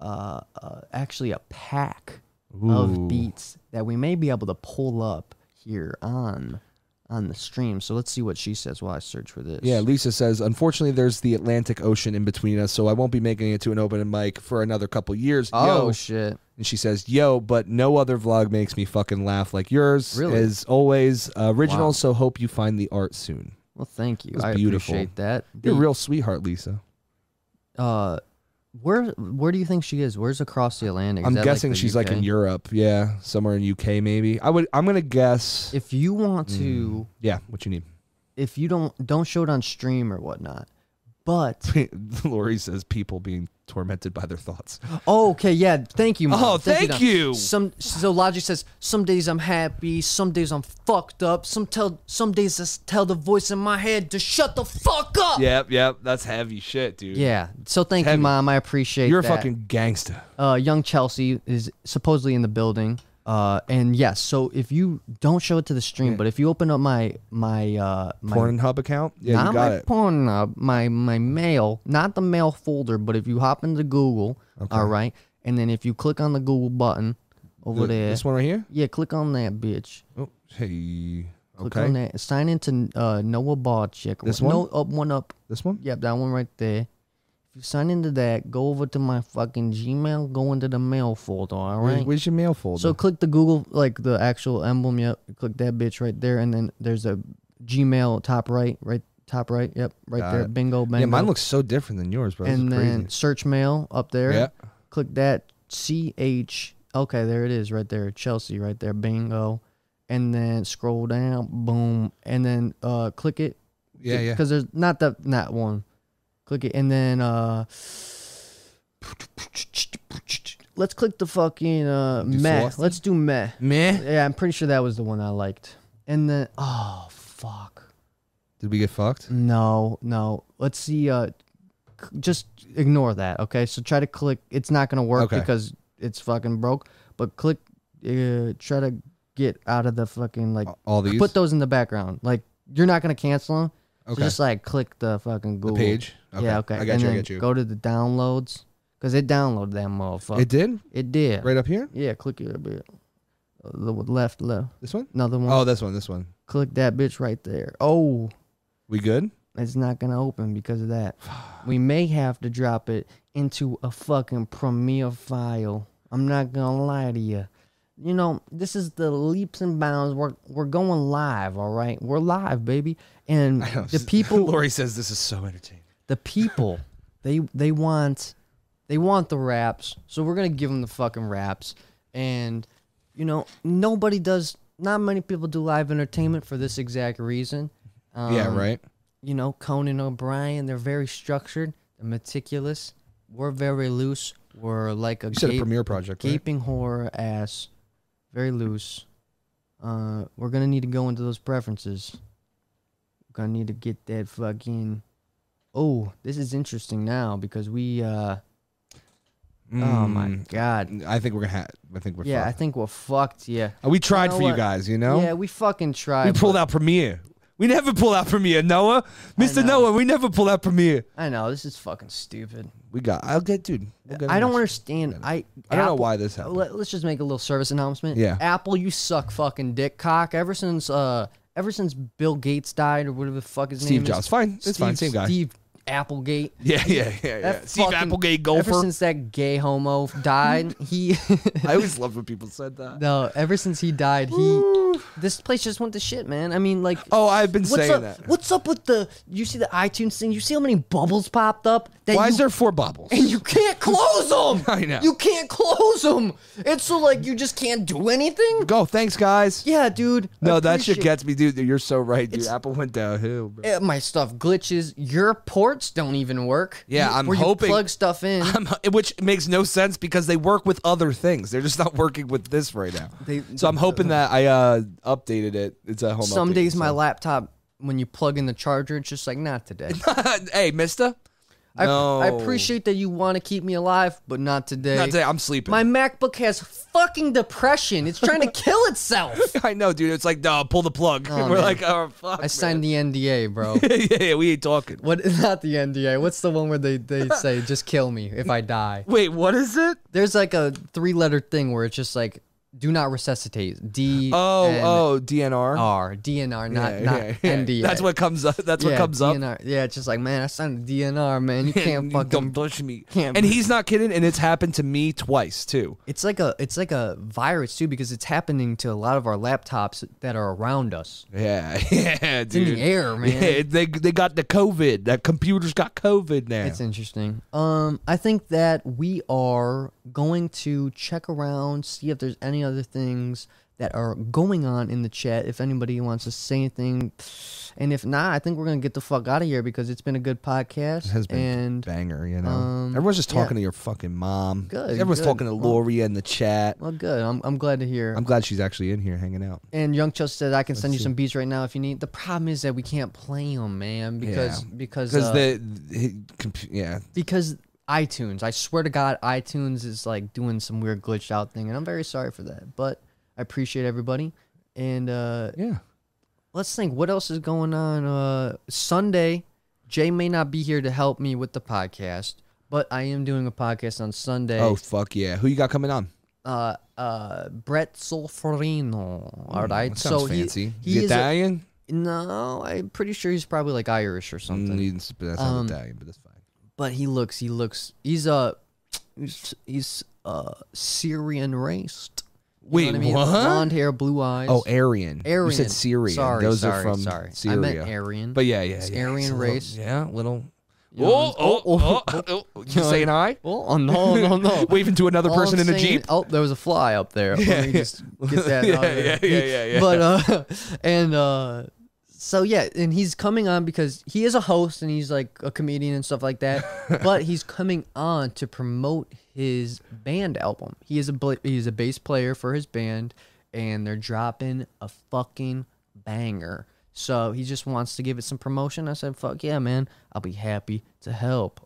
A: uh, uh actually a pack
C: Ooh.
A: of beats that we may be able to pull up here on on the stream. So let's see what she says while I search for this.
C: Yeah, Lisa says, unfortunately, there's the Atlantic Ocean in between us, so I won't be making it to an open mic for another couple years.
A: Oh
C: Yo,
A: shit.
C: And she says, "Yo, but no other vlog makes me fucking laugh like yours.
A: Really?
C: As always, uh, original.
A: Wow.
C: So hope you find the art soon.
A: Well, thank you.
C: was
A: I
C: beautiful.
A: appreciate that.
C: You're a
A: The-
C: real sweetheart, Lisa.
A: Uh, where where do you think she is? Where's across the Atlantic? Is
C: I'm
A: that,
C: guessing
A: the
C: she's like in
A: UK?
C: Europe, yeah, somewhere in UK maybe. I would. I'm gonna guess.
A: If you want to,
C: yeah, what you need?
A: if you don't don't show it on stream or whatnot, but
C: Lori says people being tormented by their thoughts.
A: Oh, okay, yeah. Thank you. Mom.
C: Oh, thank
A: Don.
C: you.
A: Some so Logic says some days I'm happy, some days I'm fucked up, some tell some days I s- tell the voice in my head to shut the fuck up.
C: Yep, yep. That's heavy shit, dude.
A: Yeah. So thank
C: Heavy.
A: you, mom. I appreciate
C: You're a
A: that.
C: fucking gangster.
A: uh, young Chelsea is supposedly in the building. Uh, and yes, so if you don't show it to the stream, but if you open up my my uh, my
C: Pornhub account? Yeah,
A: not
C: you got
A: my
C: it.
A: Pornhub, uh, my my mail, not the mail folder, but if you hop into Google, all right, and then if you click on the Google button over
C: Th-
A: there,
C: This one right here?
A: yeah, click on that bitch.
C: Oh, hey.
A: Click
C: Okay.
A: on that. Sign into uh, Noah Barchick.
C: This
A: No, up one up.
C: This one?
A: Yep, that one right there. If you sign into that, go over to my fucking Gmail, go into the mail folder, all
C: Where's,
A: right?
C: where's your mail folder?
A: So click the Google, like the actual emblem. Yep. Click that bitch right there, and then there's a Gmail top right, right top right. Yep, right
C: Got
A: there.
C: it.
A: Bingo, bango.
C: yeah, mine looks so different than yours, bro. This is
A: and then
C: crazy.
A: search mail up there.
C: Yeah.
A: Click that C H. Okay, there it is, right there. Chelsea, right there. Bingo. And then scroll down, boom, and then uh, click it.
C: Yeah, yeah.
A: Because there's not the not one. Click it, and then uh, let's click the fucking uh, meh.
C: saucy?
A: Let's do meh.
C: Meh.
A: Yeah, I'm pretty sure that was the one I liked. And then oh fuck.
C: Did we get fucked?
A: No, no. Let's see uh c- just ignore that, okay? So try to click it's not going to work
C: Okay.
A: because it's fucking broke, but click uh, try to get out of the fucking like
C: All these?
A: put those in the background. Like you're not going to cancel them. So
C: Okay.
A: just like click the fucking Google
C: page?
A: Yeah, okay.
C: I got
A: and
C: you, I
A: then
C: got you.
A: Go to the downloads cuz it downloaded that motherfucker.
C: it
A: It,
C: did?
A: did.
C: Right up here?
A: Yeah, click it a bit. Uh, The left left
C: This one?
A: another one.
C: Oh, this one, this one.
A: click that bitch right there. Oh,
C: We good?
A: it's not gonna open because of that. We may have to drop it into a fucking Premiere file. I'm not gonna lie to you. You know, this is the leaps and bounds. We're we're going live, all right. We're live, baby. And the people,
C: Lori says this is so entertaining.
A: the people, they they want, they want the raps. So we're gonna give them the fucking raps. And you know, nobody does. Not many people do live entertainment for this exact reason. Um,
C: yeah, right?
A: you know, Conan O'Brien, they're very structured, they're meticulous. We're very loose. We're like a,
C: You said a
A: gape-
C: premiere project, right?
A: gaping horror ass. Very loose. Uh, we're gonna need to go into those preferences. We're gonna need to get that fucking. Oh, this is interesting now because we. Uh, Oh my
C: Mm,
A: god.
C: I think we're gonna have. I think we're.
A: Yeah, I
C: Yeah,
A: think we're fucked. Yeah.
C: we tried
A: You know
C: for you
A: what?
C: guys. You know,
A: Yeah, we fucking tried.
C: we pulled
A: but-
C: out Premiere. We never pull out Premiere, Noah, Mister
A: know.
C: Noah. We never pull out Premiere.
A: I know this is fucking stupid.
C: We got. I'll get, dude. we'll get
A: I
C: it
A: don't
C: next-
A: understand. I
C: I don't know
A: Apple-
C: why this happened.
A: Let, us just make a little service announcement.
C: Yeah.
A: Apple, you suck fucking dick cock. Ever since uh, ever since Bill Gates died or whatever the fuck his
C: Steve
A: name
C: Jobs.
A: is.
C: Fine, it's fine. Same guy.
A: Steve Applegate.
C: Yeah, yeah, yeah, yeah.
A: That
C: Steve
A: fucking-
C: Applegate
A: Ever
C: golfer.
A: since that gay homo died, he
C: I always loved when people said that.
A: no. Ever since he died, he this place just went to shit, man. I mean, like.
C: Oh, I've been
A: What's
C: saying
A: up?
C: that.
A: What's up with the? You see the iTunes thing? You see how many bubbles popped up? That
C: Why
A: you
C: is there four bubbles?
A: and you can't close them.
C: I know.
A: You can't close them. It's so like you just can't do anything.
C: Go. Thanks, guys.
A: Yeah, dude.
C: No,
A: I
C: that shit
A: appreciate-
C: gets me, dude. You're so right, dude. Apple went downhill, bro.
A: Eh, My stuff glitches. Your ports don't even work.
C: Yeah,
A: You-
C: I'm
A: where
C: hoping-
A: you plug stuff in.
C: I'm- which makes no sense because they work with other things. They're just not working with this right now.
A: They-
C: so I'm hoping that I uh, updated it. It's a home.
A: Some
C: update,
A: days my
C: so.
A: laptop, when you plug in the charger, it's just like not today.
C: hey, Mister. No.
A: I, I appreciate that you want to keep me alive, but not today.
C: Not today. I'm sleeping.
A: My MacBook has fucking depression. It's trying to kill itself.
C: I know, dude. It's like, no, pull the plug. We're
A: man.
C: like, oh fuck.
A: I signed the NDA, bro.
C: man. yeah, yeah, we ain't talking.
A: What not the NDA? What's the one where they, they say just kill me if I die?
C: Wait, what is it?
A: There's like a three letter thing where it's just like do not resuscitate. D
C: Oh,
A: N
C: oh, DNR.
A: R DNR not not
C: Yeah, yeah, yeah.
A: NDA.
C: That's what comes up. That's what
A: yeah,
C: comes up.
A: DNR. Yeah, it's just like man, I signed a DNR, man. You can't
C: You Don't
A: fucking.
C: push me.
A: can't-
C: and he's not kidding. And it's happened to me twice too.
A: It's like a it's like a virus too because it's happening to a lot of our laptops that are around us.
C: Yeah, yeah,
A: in
C: dude.
A: the air, man.
C: Yeah, they they got the COVID. That computer's got COVID now.
A: It's interesting. Um, I think that we are going to check around, see if there's any other things that are going on in the chat. If anybody wants to say anything, and if not, I think we're gonna get the fuck out of here because it's been a good podcast.
C: has been
A: and
C: banger, you know.
A: um,
C: Everyone's just
A: yeah.
C: talking to your fucking mom.
A: Good,
C: Everyone's
A: good.
C: talking to Loria in the chat.
A: well, good. I'm, I'm glad to hear.
C: I'm glad she's actually in here hanging out.
A: and Young Chelsea said I can send you some beats right now if you need. The problem is that we can't play them, man, because
C: Yeah.
A: because
C: Because
A: uh,
C: the, he- compu- yeah,
A: because iTunes. I swear to God, iTunes is like doing some weird glitched out thing, and I'm very sorry for that. But I appreciate everybody. And uh,
C: Yeah.
A: let's think what else is going on uh sunday jay may not be here to help me with the podcast but i am doing a podcast on sunday
C: Oh fuck yeah! Who you got coming on?
A: uh uh brett solferino all right
C: Hmm, That sounds
A: so he-
C: fancy.
A: he,
C: Is he
A: is a-
C: Italian?
A: no i'm pretty sure he's probably like irish or something Um,
C: Mm, he's- but that's not Italian, but that's fine.
A: but he looks he looks he's uh he's, he's uh syrian raced You know
C: Wait,
A: I mean?
C: what?
A: blonde hair blue eyes
C: Oh, Aryan.
A: Aryan.
C: You said Syrian.
A: Sorry,
C: Those
A: sorry,
C: are from
A: sorry.
C: Syria.
A: I meant Aryan.
C: But yeah, yeah,
A: It's
C: yeah.
A: Aryan
C: It's a little-
A: race.
C: yeah, little. Oh,
A: You know what I mean?
C: you saying I?
A: Oh no, no, no!
C: Waving to another
A: All
C: person
A: I'm
C: in a
A: saying-
C: jeep.
A: Oh, there was a fly up there. Let me just get that.
C: Yeah,
A: out of
C: yeah,
A: there.
C: yeah, yeah, yeah.
A: But uh, and uh, so yeah, and he's coming on because he is a host and he's like a comedian and stuff like that. but he's coming on to promote his band album. He is a bl- he is a bass player for his band, and they're dropping a fucking banger. So he just wants to give it some promotion. I said, "Fuck yeah, man! I'll be happy to help."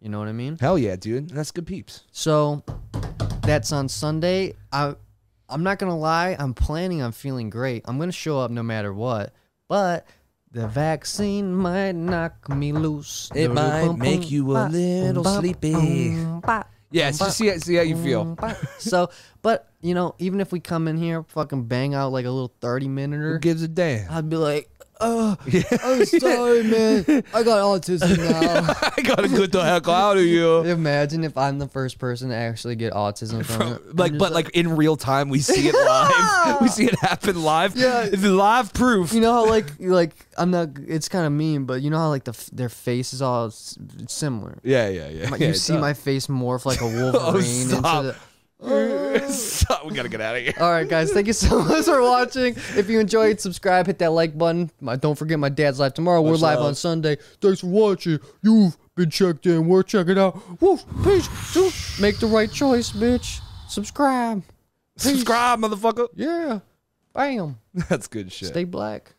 A: You know what I mean?
C: Hell yeah, dude. That's good peeps.
A: So that's on Sunday. I I'm not gonna lie, I'm planning on feeling great. I'm gonna show up no matter what. But the vaccine might knock me loose.
C: It might make you a little sleepy. Yeah, so see, see how you feel.
A: Mm, So, but you know, even if we come in here, fucking bang out like a little thirty
C: Who
A: minute,
C: gives a damn?
A: I'd be like, oh, I'm sorry, man. I got autism now.
C: I gotta get the heck out of you.
A: Imagine if I'm the first person to actually get autism from it. I'm
C: Like,
A: just
C: but like in real time, we see it live. we see it happen live.
A: Yeah.
C: It's live proof.
A: you know how like like I'm not. It's kind of mean, but you know how like the f- their face is all s- similar.
C: Yeah, yeah, yeah.
A: Like,
C: yeah,
A: you
C: it's
A: see
C: up.
A: my face morph like a
C: Oh,
A: Wolverine.
C: stop.
A: into
C: Stop. We gotta get out of here.
A: the, all right, guys, thank you so much for watching. If you enjoyed, subscribe, hit that like button. My, don't forget, my dad's live tomorrow. We're
C: Much
A: live
C: love.
A: on Sunday. Thanks for watching. You've been checked in. We're checking out. Woof, peace. Doof. Make the right choice, bitch. Subscribe.
C: Subscribe, motherfucker.
A: Yeah. Bam.
C: That's good shit.
A: Stay black.